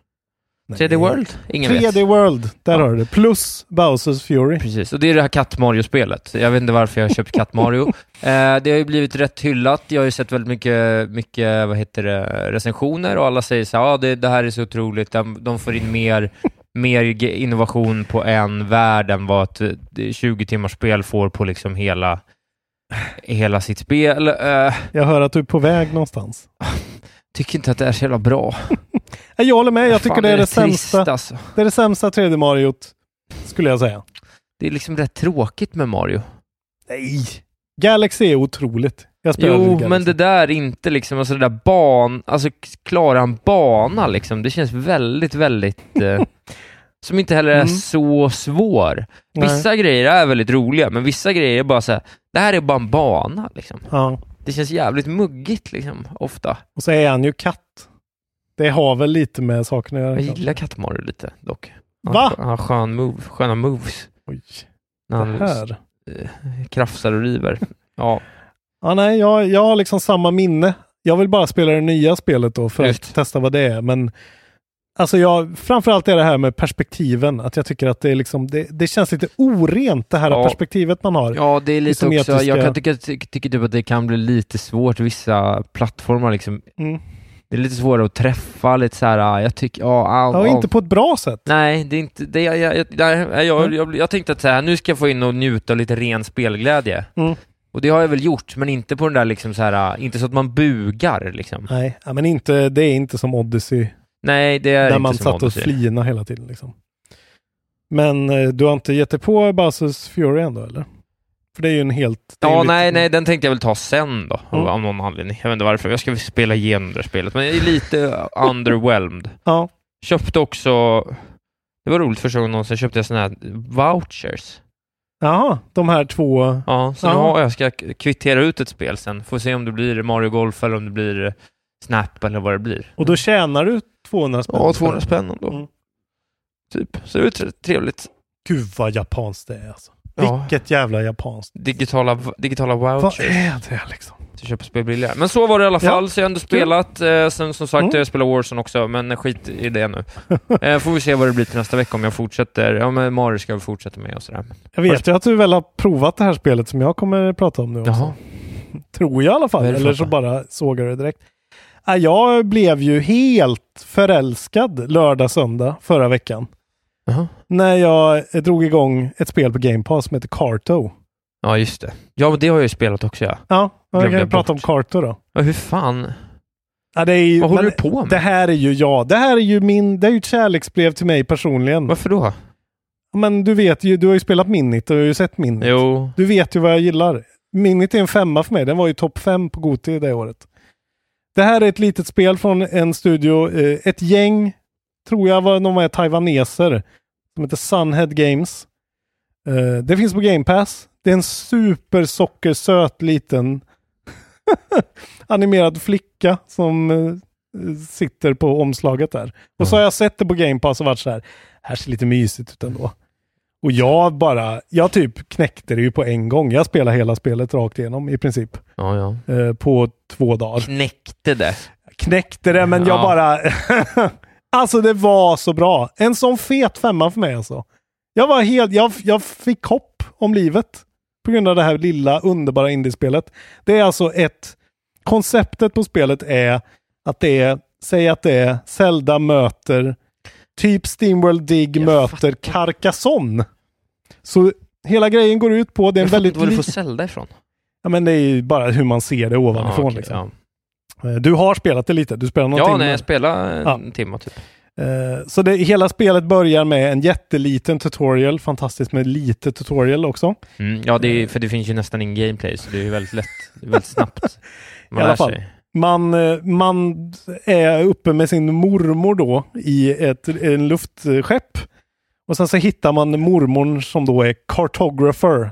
S6: 3D World? Ingen vet.
S2: 3D World. Där
S6: Ja.
S2: har du det. Plus Bowsers Fury.
S6: Precis, och det är det här Katt Mario-spelet. Jag vet inte varför jag har köpt Katt Mario. eh, det har ju blivit rätt hyllat. Jag har ju sett väldigt mycket, mycket vad heter det, recensioner och alla säger så här, ah, det, det här är så otroligt, de, de får in mer, mer ge- innovation på en värld än vad ett eh, 20 timmars spel får på liksom hela, hela sitt spel. Eh,
S2: Jag hör att du är på väg någonstans.
S6: tycker inte att det är så jävla bra.
S2: Nej, Jag håller med. Jag tycker
S6: Fan,
S2: det är det,
S6: rätt trist,
S2: sämsta,
S6: Alltså.
S2: det är det sämsta 3D Mariot, skulle jag säga.
S6: Det är liksom rätt tråkigt med Mario.
S2: Nej! Galaxy är otroligt. Jag spelade
S6: Jo,
S2: Galaxy.
S6: men det där är inte liksom, alltså det där ban, alltså klara en bana liksom, det känns
S2: (laughs)
S6: väldigt, väldigt, eh, som inte heller är
S2: Mm.
S6: så svår.
S2: Nej.
S6: Vissa grejer är väldigt roliga, men vissa grejer är bara så här, det här är bara en bana liksom.
S2: Ja.
S6: Det känns jävligt muggigt liksom, ofta.
S2: Och så är han ju katt. Det har väl lite med sakerna
S6: Jag
S2: att göra.
S6: gillar Cat Mario lite dock. Han-
S2: Va?
S6: Han har skön move, sköna moves.
S2: Oj, det
S6: När han
S2: här.
S6: krafsar och river. Ja,
S2: Ja, nej, jag, jag har liksom samma minne. Jag vill bara spela det nya spelet då för
S6: Just.
S2: att testa vad det är. Men alltså jag, framförallt är det här med perspektiven. Att jag tycker att det, är liksom, det, det känns lite orent det här
S6: Ja.
S2: perspektivet man har.
S6: Ja, det är lite
S2: Liksom
S6: också, jag
S2: etiska-
S6: kan tycka, ty, tycker typ att det kan bli lite svårt, vissa plattformar liksom.
S2: Mm.
S6: Det är lite svårare att träffa, lite så här, ah, jag tycker, ja, all,
S2: Ja, och inte på ett bra sätt.
S6: Nej, det är inte, det, jag, jag, jag, nej,
S2: Mm.
S6: jag, jag, jag tänkte att så här, nu ska jag få in och njuta av lite ren spelglädje.
S2: Mm.
S6: Och det har jag väl gjort, men inte på den där liksom så här, inte så att man bugar liksom.
S2: Nej, ja, men inte, det är inte som Odyssey.
S6: Nej, det är
S2: där
S6: inte
S2: man
S6: som
S2: satt och
S6: Odyssey.
S2: flina hela tiden. Liksom. Men eh, du har inte gett dig på Bowsers Fury ändå eller? För det är ju en helt... det är ju
S6: Ja,
S2: lite-
S6: nej, nej, den tänkte jag väl ta sen då, av-
S2: Mm.
S6: av någon anledning. Jag vet inte varför, jag ska väl spela igenom det här spelet, men jag är lite
S2: (laughs)
S6: underwhelmed.
S2: Ja.
S6: Köpte också, det var roligt första gången någonsin, köpte jag såna här vouchers.
S2: Jaha, de här två...
S6: Ja, så nu
S2: Ja.
S6: har jag, ska jag kvittera ut ett spel sen. Får se om det blir Mario Golf eller om det blir Snap eller vad det blir.
S2: Och då tjänar du 200 spänn?
S6: Mm. Ja, 200 spänn då.
S2: Mm.
S6: Typ. Så det är tre- trevligt.
S2: Gud vad japanskt det är alltså.
S6: Ja.
S2: Vilket jävla japanskt.
S6: Digitala, digitala
S2: Vad
S6: vouchers.
S2: är det liksom?
S6: Så köpa spel billigare. Men så var det i alla
S2: Ja.
S6: fall, så jag har ändå spelat. Eh, sen som sagt,
S2: Mm.
S6: jag spelar Warzone också, men skit i det nu. (laughs) Eh, får vi se vad det blir till nästa vecka om jag fortsätter. Ja, men Mario ska vi fortsätta med och sådär.
S2: Jag vet ju att du väl har provat det här spelet som jag kommer prata om nu också.
S6: Jaha.
S2: Tror jag i alla fall.
S6: Vad är det för
S2: Eller så
S6: något
S2: bara sågar du det direkt. Ja, Jag blev ju helt förälskad lördag, söndag förra veckan.
S6: Jaha.
S2: När jag eh, drog igång ett spel på Game Pass som heter Carto.
S6: Ja, just det. Ja, men det har jag ju spelat också ja.
S2: Ja, jag
S6: Glömde
S2: kan prata om
S6: bort.
S2: Carto då.
S6: ja hur fan?
S2: Ja, det är ju,
S6: Vad håller
S2: men
S6: du på med?
S2: Det här är ju jag. Det här är ju min, det är ju ett kärleksbrev till mig personligen.
S6: Varför då?
S2: Men du vet ju, du har ju spelat Minit och du har ju sett Minit.
S6: Jo.
S2: Du vet ju vad jag gillar. Minit är en femma för mig. Den var ju topp fem på Goti det året. Det här är ett litet spel från en studio, eh, ett gäng, tror jag var de är taiwaneser, som heter Sunhead Games. Eh, det finns på Game Pass. Det är en supersockersöt liten (laughs) animerad flicka som eh, sitter på omslaget där. Och så har jag sett det på Game Pass och varit så här, här ser lite mysigt ut ändå. Och jag bara, jag typ knäckte det ju på en gång. Jag spelade hela spelet rakt igenom i princip.
S6: Ja, ja.
S2: Eh, på två dagar.
S6: Mm. Knäckte det.
S2: Knäckte det, men jag
S6: Ja.
S2: bara... (laughs) alltså det var så bra. En sån fet femma för mig alltså. Jag var helt, jag, jag fick hopp om livet. På grund av det här lilla underbara indiespelet. Det är alltså ett... Konceptet på spelet är att det är, säg att det är Zelda möter, typ Steamworld Dig möter Carcassonne. Så hela grejen går ut på, det är
S6: Jag
S2: en
S6: fattar
S2: väldigt...
S6: inte var du
S2: li-
S6: får sälja ifrån.
S2: Ja, men det är ju bara hur man ser det
S6: Ja,
S2: ovanifrån.
S6: okej,
S2: liksom.
S6: ja.
S2: Eh, Du har spelat det lite, du spelar någon
S6: ja,
S2: timme.
S6: nej, jag spelade en
S2: Ja.
S6: timme typ.
S2: Eh, Så det, hela spelet börjar med en jätteliten tutorial, fantastiskt med lite tutorial också.
S6: Mm, ja, det är, för det finns ju nästan ingen gameplay, så det är ju väldigt lätt. Det är
S2: (laughs)
S6: väldigt snabbt.
S2: I
S6: Man
S2: alla
S6: lär
S2: fall.
S6: sig.
S2: Man, eh, man är uppe med sin mormor då i ett en luftskepp. Och sen så hittar man mormorn som då är cartographer.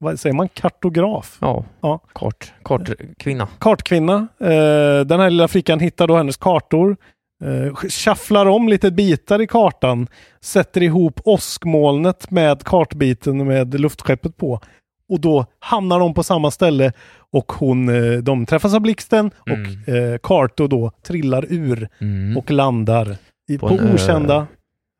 S2: Vad säger man? Kartograf?
S6: Ja,
S2: Ja.
S6: kort. Kort kvinna.
S2: kartkvinna. Eh, den här lilla flickan hittar då hennes kartor, eh, shufflar om lite bitar i kartan, sätter ihop åskmolnet med kartbiten med luftskeppet på. Och då hamnar de på samma ställe och hon, eh, de träffas av blixten och eh, kartor då trillar ur
S6: Mm.
S2: och landar i, på,
S6: På en ö.
S2: okända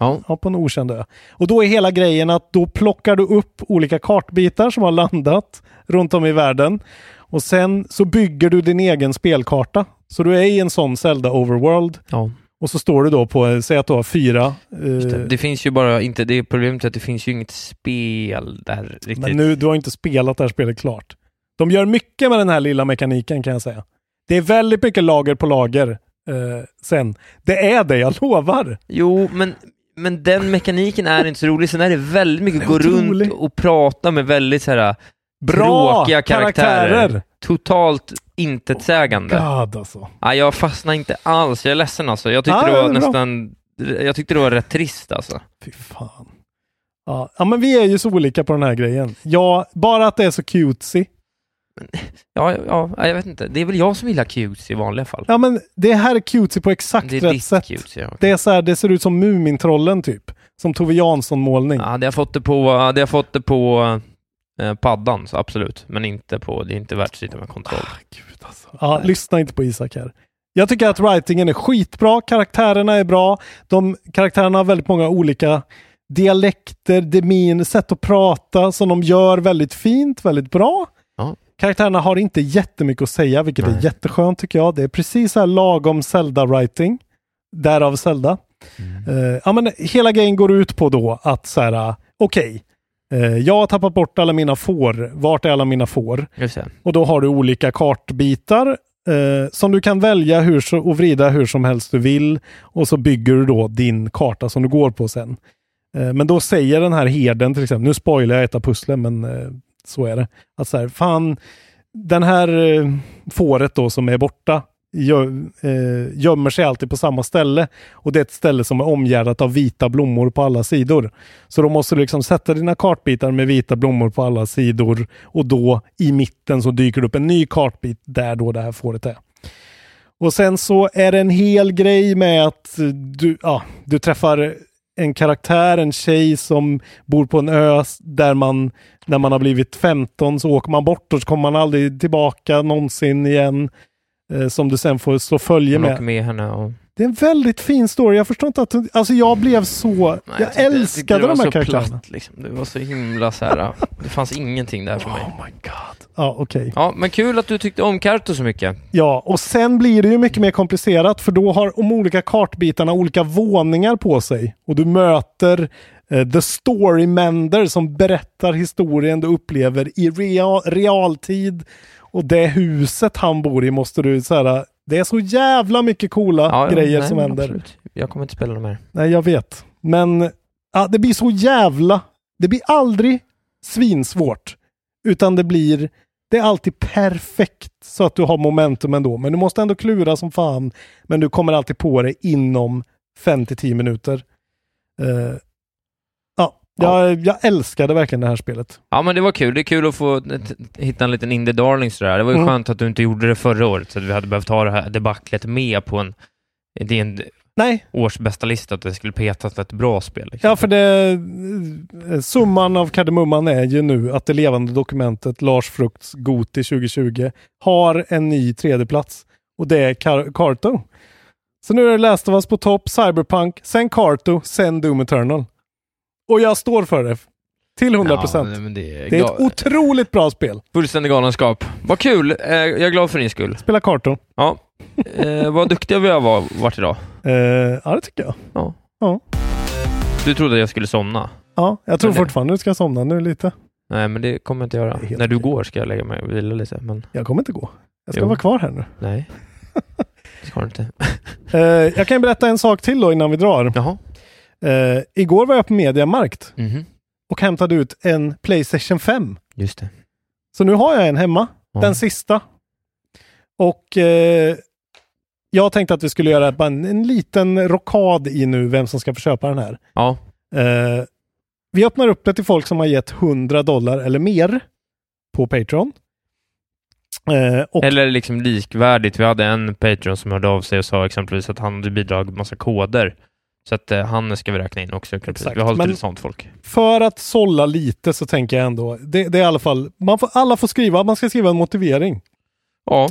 S6: Ja.
S2: Ja, på en okänd ö. Och då är hela grejen att då plockar du upp olika kartbitar som har landat runt om i världen. Och sen så bygger du din egen spelkarta. Så du är i en sån Zelda Overworld.
S6: ja.
S2: Och så står du då på, eh, säg att du har fyra. Eh,
S6: Det finns ju bara inte, det är problemet är att det finns ju inget spel där riktigt.
S2: men nu, du har inte spelat det här spelet klart. De gör mycket med den här lilla mekaniken kan jag säga. Det är väldigt mycket lager på lager eh, sen. Det är det, jag lovar.
S6: Jo, men, men den mekaniken är inte så rolig. Sen är det väldigt mycket gå
S2: otrolig.
S6: runt och prata med väldigt så här
S2: Bra
S6: tråkiga karaktärer.
S2: karaktärer.
S6: Totalt intetsägande.
S2: God alltså.
S6: Nej, jag fastnar inte alls. Jag är ledsen alltså. Jag tyckte
S2: Ja,
S6: det
S2: ja,
S6: var
S2: det är bra.
S6: nästan... Jag tyckte det var rätt trist alltså.
S2: Fy fan. Ja, ja, men vi är ju så olika på den här grejen. Ja, bara att det är så cutesy.
S6: Ja, ja, ja, jag vet inte. Det är väl jag som gillar cutes i vanliga fall.
S2: Ja, men det här är cutesy på exakt
S6: det är
S2: rätt
S6: ditt
S2: sätt.
S6: cutes, ja.
S2: Det är så här, det ser ut som Mumintrollen typ. Som Tove Jansson-målning.
S6: Ja, det har jag fått det på, det har jag fått det på eh, paddan, så absolut. Men inte på, det är inte värt att sitta med kontroll.
S2: Gud, alltså. ja, lyssna inte på Isak här. Jag tycker att writingen är skitbra, karaktärerna är bra, de karaktärerna har väldigt många olika dialekter, demin, sätt att prata som de gör väldigt fint, väldigt bra.
S6: Ja.
S2: Karaktärerna har inte jättemycket att säga, vilket är
S6: Nej.
S2: jätteskönt tycker jag. Det är precis så här lagom Zelda-writing. Därav Zelda. Eh, ja, men hela grejen går ut på då att så här, eh, okej, eh, jag har tappat bort alla mina får. Vart är alla mina får?
S6: Just det.
S2: Och då har du olika kartbitar eh, som du kan välja hur så, och vrida hur som helst du vill. Och så bygger du då din karta som du går på sen. Eh, men då säger den här herden till exempel, nu spoilar jag ett av pusslen men eh, så är det. Att så här, fan, den här eh, fåret då som är borta gö- eh, gömmer sig alltid på samma ställe. Och det är ett ställe som är omgärdat av vita blommor på alla sidor. Så då måste du liksom sätta dina kartbitar med vita blommor på alla sidor och då i mitten så dyker det upp en ny kartbit där då det här fåret är. Och sen så är det en hel grej med att eh, du, ja, du träffar en karaktär, en tjej som bor på en ö s- där man, när man har blivit 15 så åker man bort och så kommer man aldrig tillbaka någonsin igen. eh, Som du sen får slå följe
S6: Hon
S2: med.
S6: åker med henne och...
S2: Det är en väldigt fin story. Jag förstår inte att... Alltså jag blev så...
S6: Nej,
S2: jag
S6: tyckte- tyckte
S2: älskade
S6: det var
S2: de här
S6: så
S2: karaktärerna.
S6: platt, liksom. Det var så himla så här. (laughs) ja. det fanns ingenting där för mig.
S2: Oh my god. Ja, okej.
S6: Ja, men kul att du tyckte om Karto så mycket.
S2: Ja, och sen blir det ju mycket mer komplicerat för då har de olika kartbitarna olika våningar på sig. Och du möter eh, The Story Mender som berättar historien du upplever i real, realtid. Och det huset han bor i måste du så här, det är så jävla mycket coola
S6: Ja, ja,
S2: grejer
S6: nej,
S2: som
S6: men
S2: händer.
S6: absolut. Jag kommer inte spela de här.
S2: Nej, jag vet. Men ja, det blir så jävla... Det blir aldrig svinsvårt. Utan det blir... Det är alltid perfekt så att du har momentum ändå. Men du måste ändå klura som fan. Men du kommer alltid på det inom 5-10 minuter. Eh, ja, jag, jag älskade verkligen det här spelet.
S6: Ja men det var kul, det är kul att få t- hitta en liten indie darling sådär. Det var ju
S2: Mm.
S6: skönt att du inte gjorde det förra året så att vi hade behövt ha det här debaclet med på en, det är en
S2: Nej,
S6: års bästa lista att det skulle petat ett bra spel. Liksom.
S2: ja för det... eh, Summan av kardemumman är ju nu att det levande dokumentet Lars Frukts Goti 2020 har en ny tredjeplats. Och det är Car- Carto. Så nu är det Last of Us på topp, Cyberpunk, sen Carto, sen Doom Eternal. Och jag står för det. Till 100%.
S6: Ja, men det, är
S2: det är
S6: ga-
S2: ett otroligt bra spel.
S6: fullständig galenskap. Vad kul, Eh, jag är glad för din skull.
S2: Spela Carto.
S6: Ja. Eh, vad duktiga vi har var- varit idag.
S2: Eh, ja, det tycker jag.
S6: Ja.
S2: Ja.
S6: Du trodde jag skulle somna.
S2: Ja, jag tror
S6: Men det-
S2: fortfarande du ska somna nu lite.
S6: Nej, men det kommer jag inte göra.
S2: Det är helt
S6: När du
S2: okej.
S6: går ska jag lägga mig och vila lite, men
S2: Jag kommer inte gå. Jag ska
S6: Jo.
S2: vara kvar här nu. (laughs)
S6: nej. Det ska du inte.
S2: Eh, jag kan ju berätta en sak till då innan vi drar.
S6: Jaha.
S2: Eh, igår var jag på Mediamarkt
S6: Mhm.
S2: och hämtade ut en Playstation 5.
S6: Just det.
S2: Så nu har jag en hemma.
S6: Ja.
S2: Den sista. Och eh, jag tänkte att vi skulle göra bara en, en liten rockad i nu vem som ska få köpa den här.
S6: Ja.
S2: Eh, vi öppnar upp det till folk som har gett 100 dollar eller mer på Patreon. Eh, och
S6: Eller liksom likvärdigt. Vi hade en Patreon som hörde av sig och sa exempelvis att han hade bidragit med massa koder. Så att eh, han ska vi räkna in också. exempelvis.
S2: Exakt,
S6: Vi har
S2: men-
S6: lite sånt folk.
S2: för att sålla lite så tänker jag ändå, det, det är i alla fall, man får, alla får skriva, man ska skriva en motivering.
S6: Ja.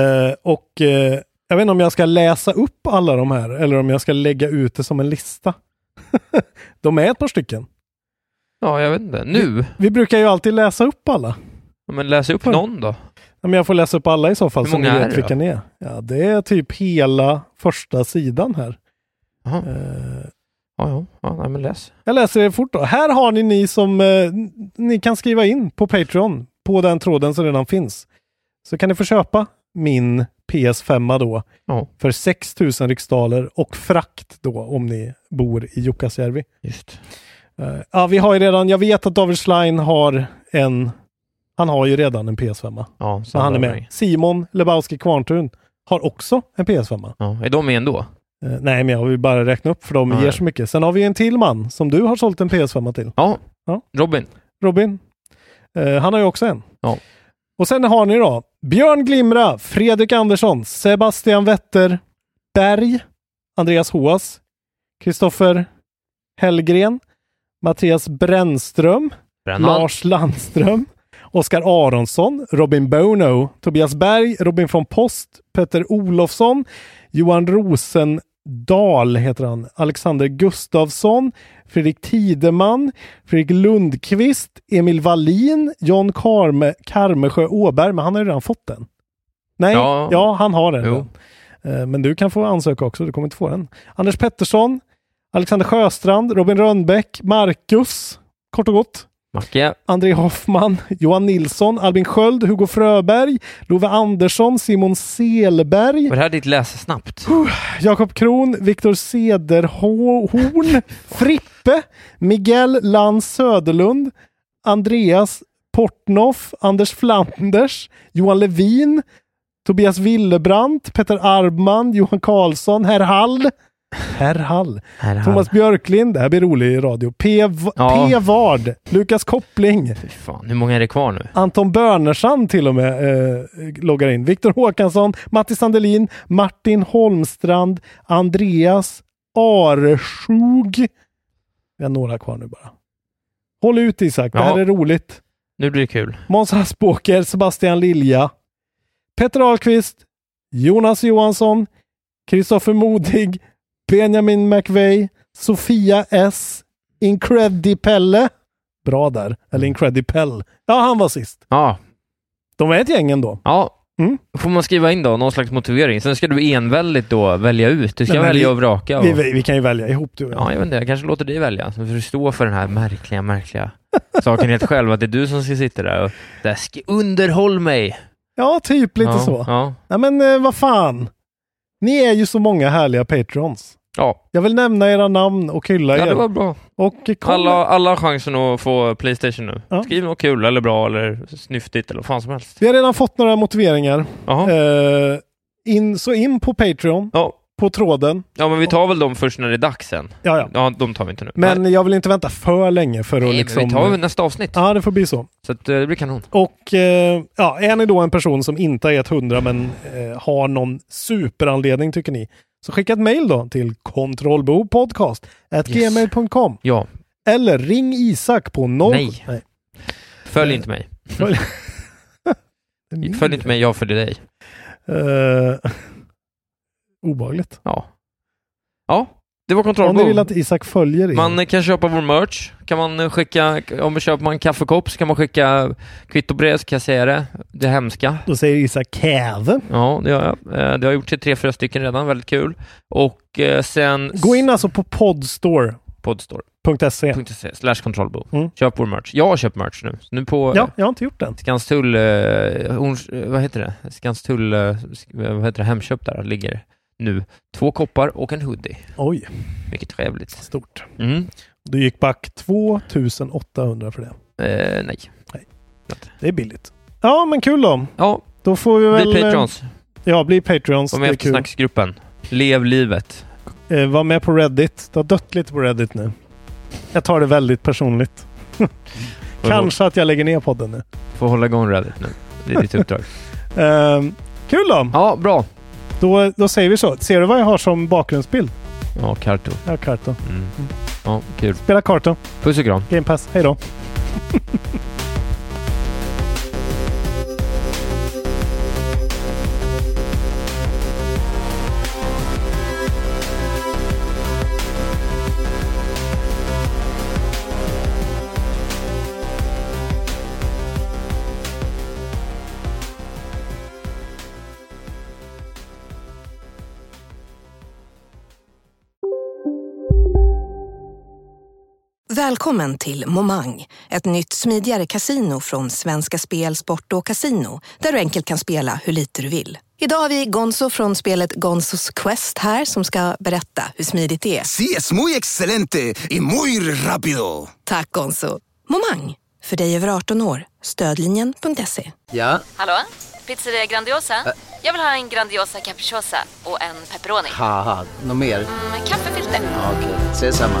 S2: Eh, och eh, jag vet inte om jag ska läsa upp alla de här eller om jag ska lägga ut det som en lista. (laughs) de är ett par stycken.
S6: Ja, jag vet inte. Nu?
S2: Vi brukar ju alltid läsa upp alla.
S6: Ja, Men läs upp
S2: Ja.
S6: någon då.
S2: Ja, Men jag får läsa upp alla i så fall
S6: Hur
S2: så ni
S6: många är
S2: vet
S6: det
S2: vilka ni är. Ja, det är typ hela första sidan här.
S6: Jaha.
S2: Eh,
S6: Ja, ja. ja nej, men läs.
S2: jag läser det fort då. Här har ni ni som eh, ni kan skriva in på Patreon på den tråden som redan finns. Så kan ni få köpa min PS5 då.
S6: Ja,
S2: för 6 000 riksdaler och frakt då om ni bor i Jukkasjärvi.
S6: just.
S2: Eh, ja, vi har ju redan, jag vet att David Schlein har en, han har ju redan en PS5.
S6: Ja,
S2: Så han är med. Simon Lebowski Kvarntun har också en PS5.
S6: Ja, är de med ändå?
S2: Eh, nej, men jag vill bara räkna upp för de
S6: Ja,
S2: ger
S6: ja.
S2: så mycket. Sen har vi en till man som du har sålt en PS5 till.
S6: Ja.
S2: Ja.
S6: Robin.
S2: Robin. Eh, han har ju också en.
S6: Ja.
S2: Och sen har ni då Björn Glimra, Fredrik Andersson, Sebastian Wetter, Berg, Andreas Hoas, Kristoffer Hellgren, Mattias Brännström,
S6: Brännan.
S2: Lars Landström, Oskar Aronsson, Robin Bono, Tobias Berg, Robin von Post, Petter Olofsson, Johan Rosendahl heter han, Alexander Gustafsson, Fredrik Tideman, Fredrik Lundqvist, Emil Wallin, John Karme, Karmesjö Åberg, men han har ju redan fått den. Nej, ja,
S6: Ja.
S2: han har den.
S6: Jo.
S2: Eh, Men du kan få ansöka också, du kommer inte få den. Anders Pettersson, Alexander Sjöstrand, Robin Rönnbäck, Marcus, kort och gott.
S6: Macke.
S2: André Hoffman, Johan Nilsson, Albin Sköld, Hugo Fröberg, Love Andersson, Simon Selberg,
S6: Var det här ditt läsa snabbt?
S2: Jakob Kron, Viktor (laughs) Cederhorn, Frippe, Miguel Lans Söderlund, Andreas Portnoff, Anders Flanders, Johan Levin, Tobias Willebrandt, Peter Arbman, Johan Karlsson, Herr Hall, Herr Hall,
S6: Här är han.
S2: Thomas Björklind, det här blir rolig radio, P. V-
S6: Ja.
S2: P. Vard, Lukas Koppling,
S6: Fy fan, hur många är det kvar nu?
S2: Anton Börnersson till och med eh, loggar in. Viktor Håkansson, Matti Sandelin, Martin Holmstrand, Andreas Areskog. Vi har några kvar nu bara. Håll ut Isak, det här
S6: Ja.
S2: är roligt.
S6: Nu blir det kul.
S2: Måns Hassbåker, Sebastian Lilja, Petter Ahlqvist, Jonas Johansson, Kristoffer Modig, Benjamin McVeigh, Sofia S, Incredipelle. Bra där. Eller Incredipell. Ja, han var sist.
S6: Ja.
S2: De är ett gäng ändå.
S6: Ja.
S2: Mm.
S6: Får man skriva in då, någon slags motivering? Sen ska du enväldigt då välja ut. Du ska
S2: Nej, men
S6: välja
S2: vi-
S6: och vraka. Och...
S2: Vi, vi, vi kan ju välja ihop du och jag.
S6: Ja, jag vet inte. Jag kanske låter dig välja. Så får du stå för den här märkliga, märkliga saken helt själv. Att det är du som ska sitta där och där ska underhåll mig.
S2: Ja, typ lite
S6: Ja,
S2: så.
S6: ja.
S2: Nej men eh, vad fan. Ni är ju så många härliga patrons.
S6: Ja.
S2: Jag vill nämna era namn och hylla
S6: Ja,
S2: er.
S6: det var bra.
S2: Och eh, kolla.
S6: Alla, alla har chansen att få Playstation nu.
S2: Ja.
S6: Skriv något kul eller bra eller snyftigt eller vad fan som helst.
S2: Vi har redan fått några motiveringar.
S6: Jaha.
S2: Eh, in, så in på Patreon,
S6: Ja.
S2: på tråden.
S6: ja, men vi tar väl dem först när det är dags sen.
S2: Ja, ja.
S6: Ja, de tar vi inte nu.
S2: Men
S6: Nej,
S2: jag vill inte vänta för länge för att
S6: Nej,
S2: liksom...
S6: men vi tar väl nästa avsnitt.
S2: Ja, det får bli så.
S6: Så att, eh, det blir kanon.
S2: Och eh, ja, är ni då en person som inte är ett hundra men eh, har någon superanledning tycker ni, så skicka ett mejl då till kontrollbopodcast@gmail.com
S6: Ja,
S2: eller ring Isak på 0...
S6: Nej. följ inte mig.
S2: Följ-
S6: Följ inte mig, jag följer dig.
S2: Eh, (laughs) obehagligt.
S6: Ja. Ja, det
S2: Om
S6: var
S2: ni
S6: kontrollbehov.
S2: vill att Isak följer er.
S6: Man eh, kan köpa vår merch. Kan man eh, skicka, om man köper man kaffekopp så kan man skicka kvittobrev, så kan jag säga det. Det hemska.
S2: Då säger Isak Käve.
S6: Ja, det gör jag. Eh, Det har jag gjort till tre, fyra stycken redan. Väldigt kul. Och eh, sen...
S2: Gå in alltså på podstore.se.
S6: Podstore.se slash kontrollbo.
S2: Mm.
S6: Köp vår merch. Jag har köpt merch nu. Så nu på
S2: Ja, jag har inte gjort den.
S6: Skanstull... Eh, Horns- eh, vad heter det? Skanstull... Eh, sk- eh, vad heter det? Hemköp där ligger nu. Två koppar och en hoodie.
S2: Oj,
S6: Mycket trevligt.
S2: stort.
S6: Mm.
S2: Du gick back 2800 för det.
S6: Eh, nej.
S2: Det är billigt. Ja, men kul då.
S6: Ja,
S2: Då får vi väl... eh,
S6: bli Patrons.
S2: Ja, bli Patreons.
S6: Var
S2: det
S6: med
S2: är
S6: efter
S2: kul.
S6: snacksgruppen. Lev livet.
S2: Eh, var med på Reddit. Det har dött lite på Reddit nu. Jag tar det väldigt personligt. Kanske att jag lägger ner podden nu.
S6: Får hålla igång Reddit nu. Det är ditt uppdrag.
S2: Eh, kul då.
S6: ja, bra.
S2: då! Då säger vi så. Ser du vad jag har som bakgrundsbild?
S6: Ja, Karto.
S2: Ja, Carto.
S6: Mm. Ja, kul.
S2: Spela Carto.
S6: Puss och kram.
S2: Game Pass. Hej då.
S9: Välkommen till Momang, ett nytt smidigare casino från Svenska Spel, Sport och Casino, där du enkelt kan spela hur lite du vill. Idag har vi Gonzo från spelet Gonzos Quest här som ska berätta hur smidigt det är.
S10: Sí, es muy excelente y muy rápido.
S9: Tack Gonzo! Momang, för dig över 18 år, stödlinjen.se.
S11: Ja,
S12: Hallå? Pizzeria Grandiosa? Jag vill ha en Grandiosa capriciosa och en pepperoni.
S11: haha, något mer?
S12: Med kaffefilter.
S11: Ja, Okej, ses samma.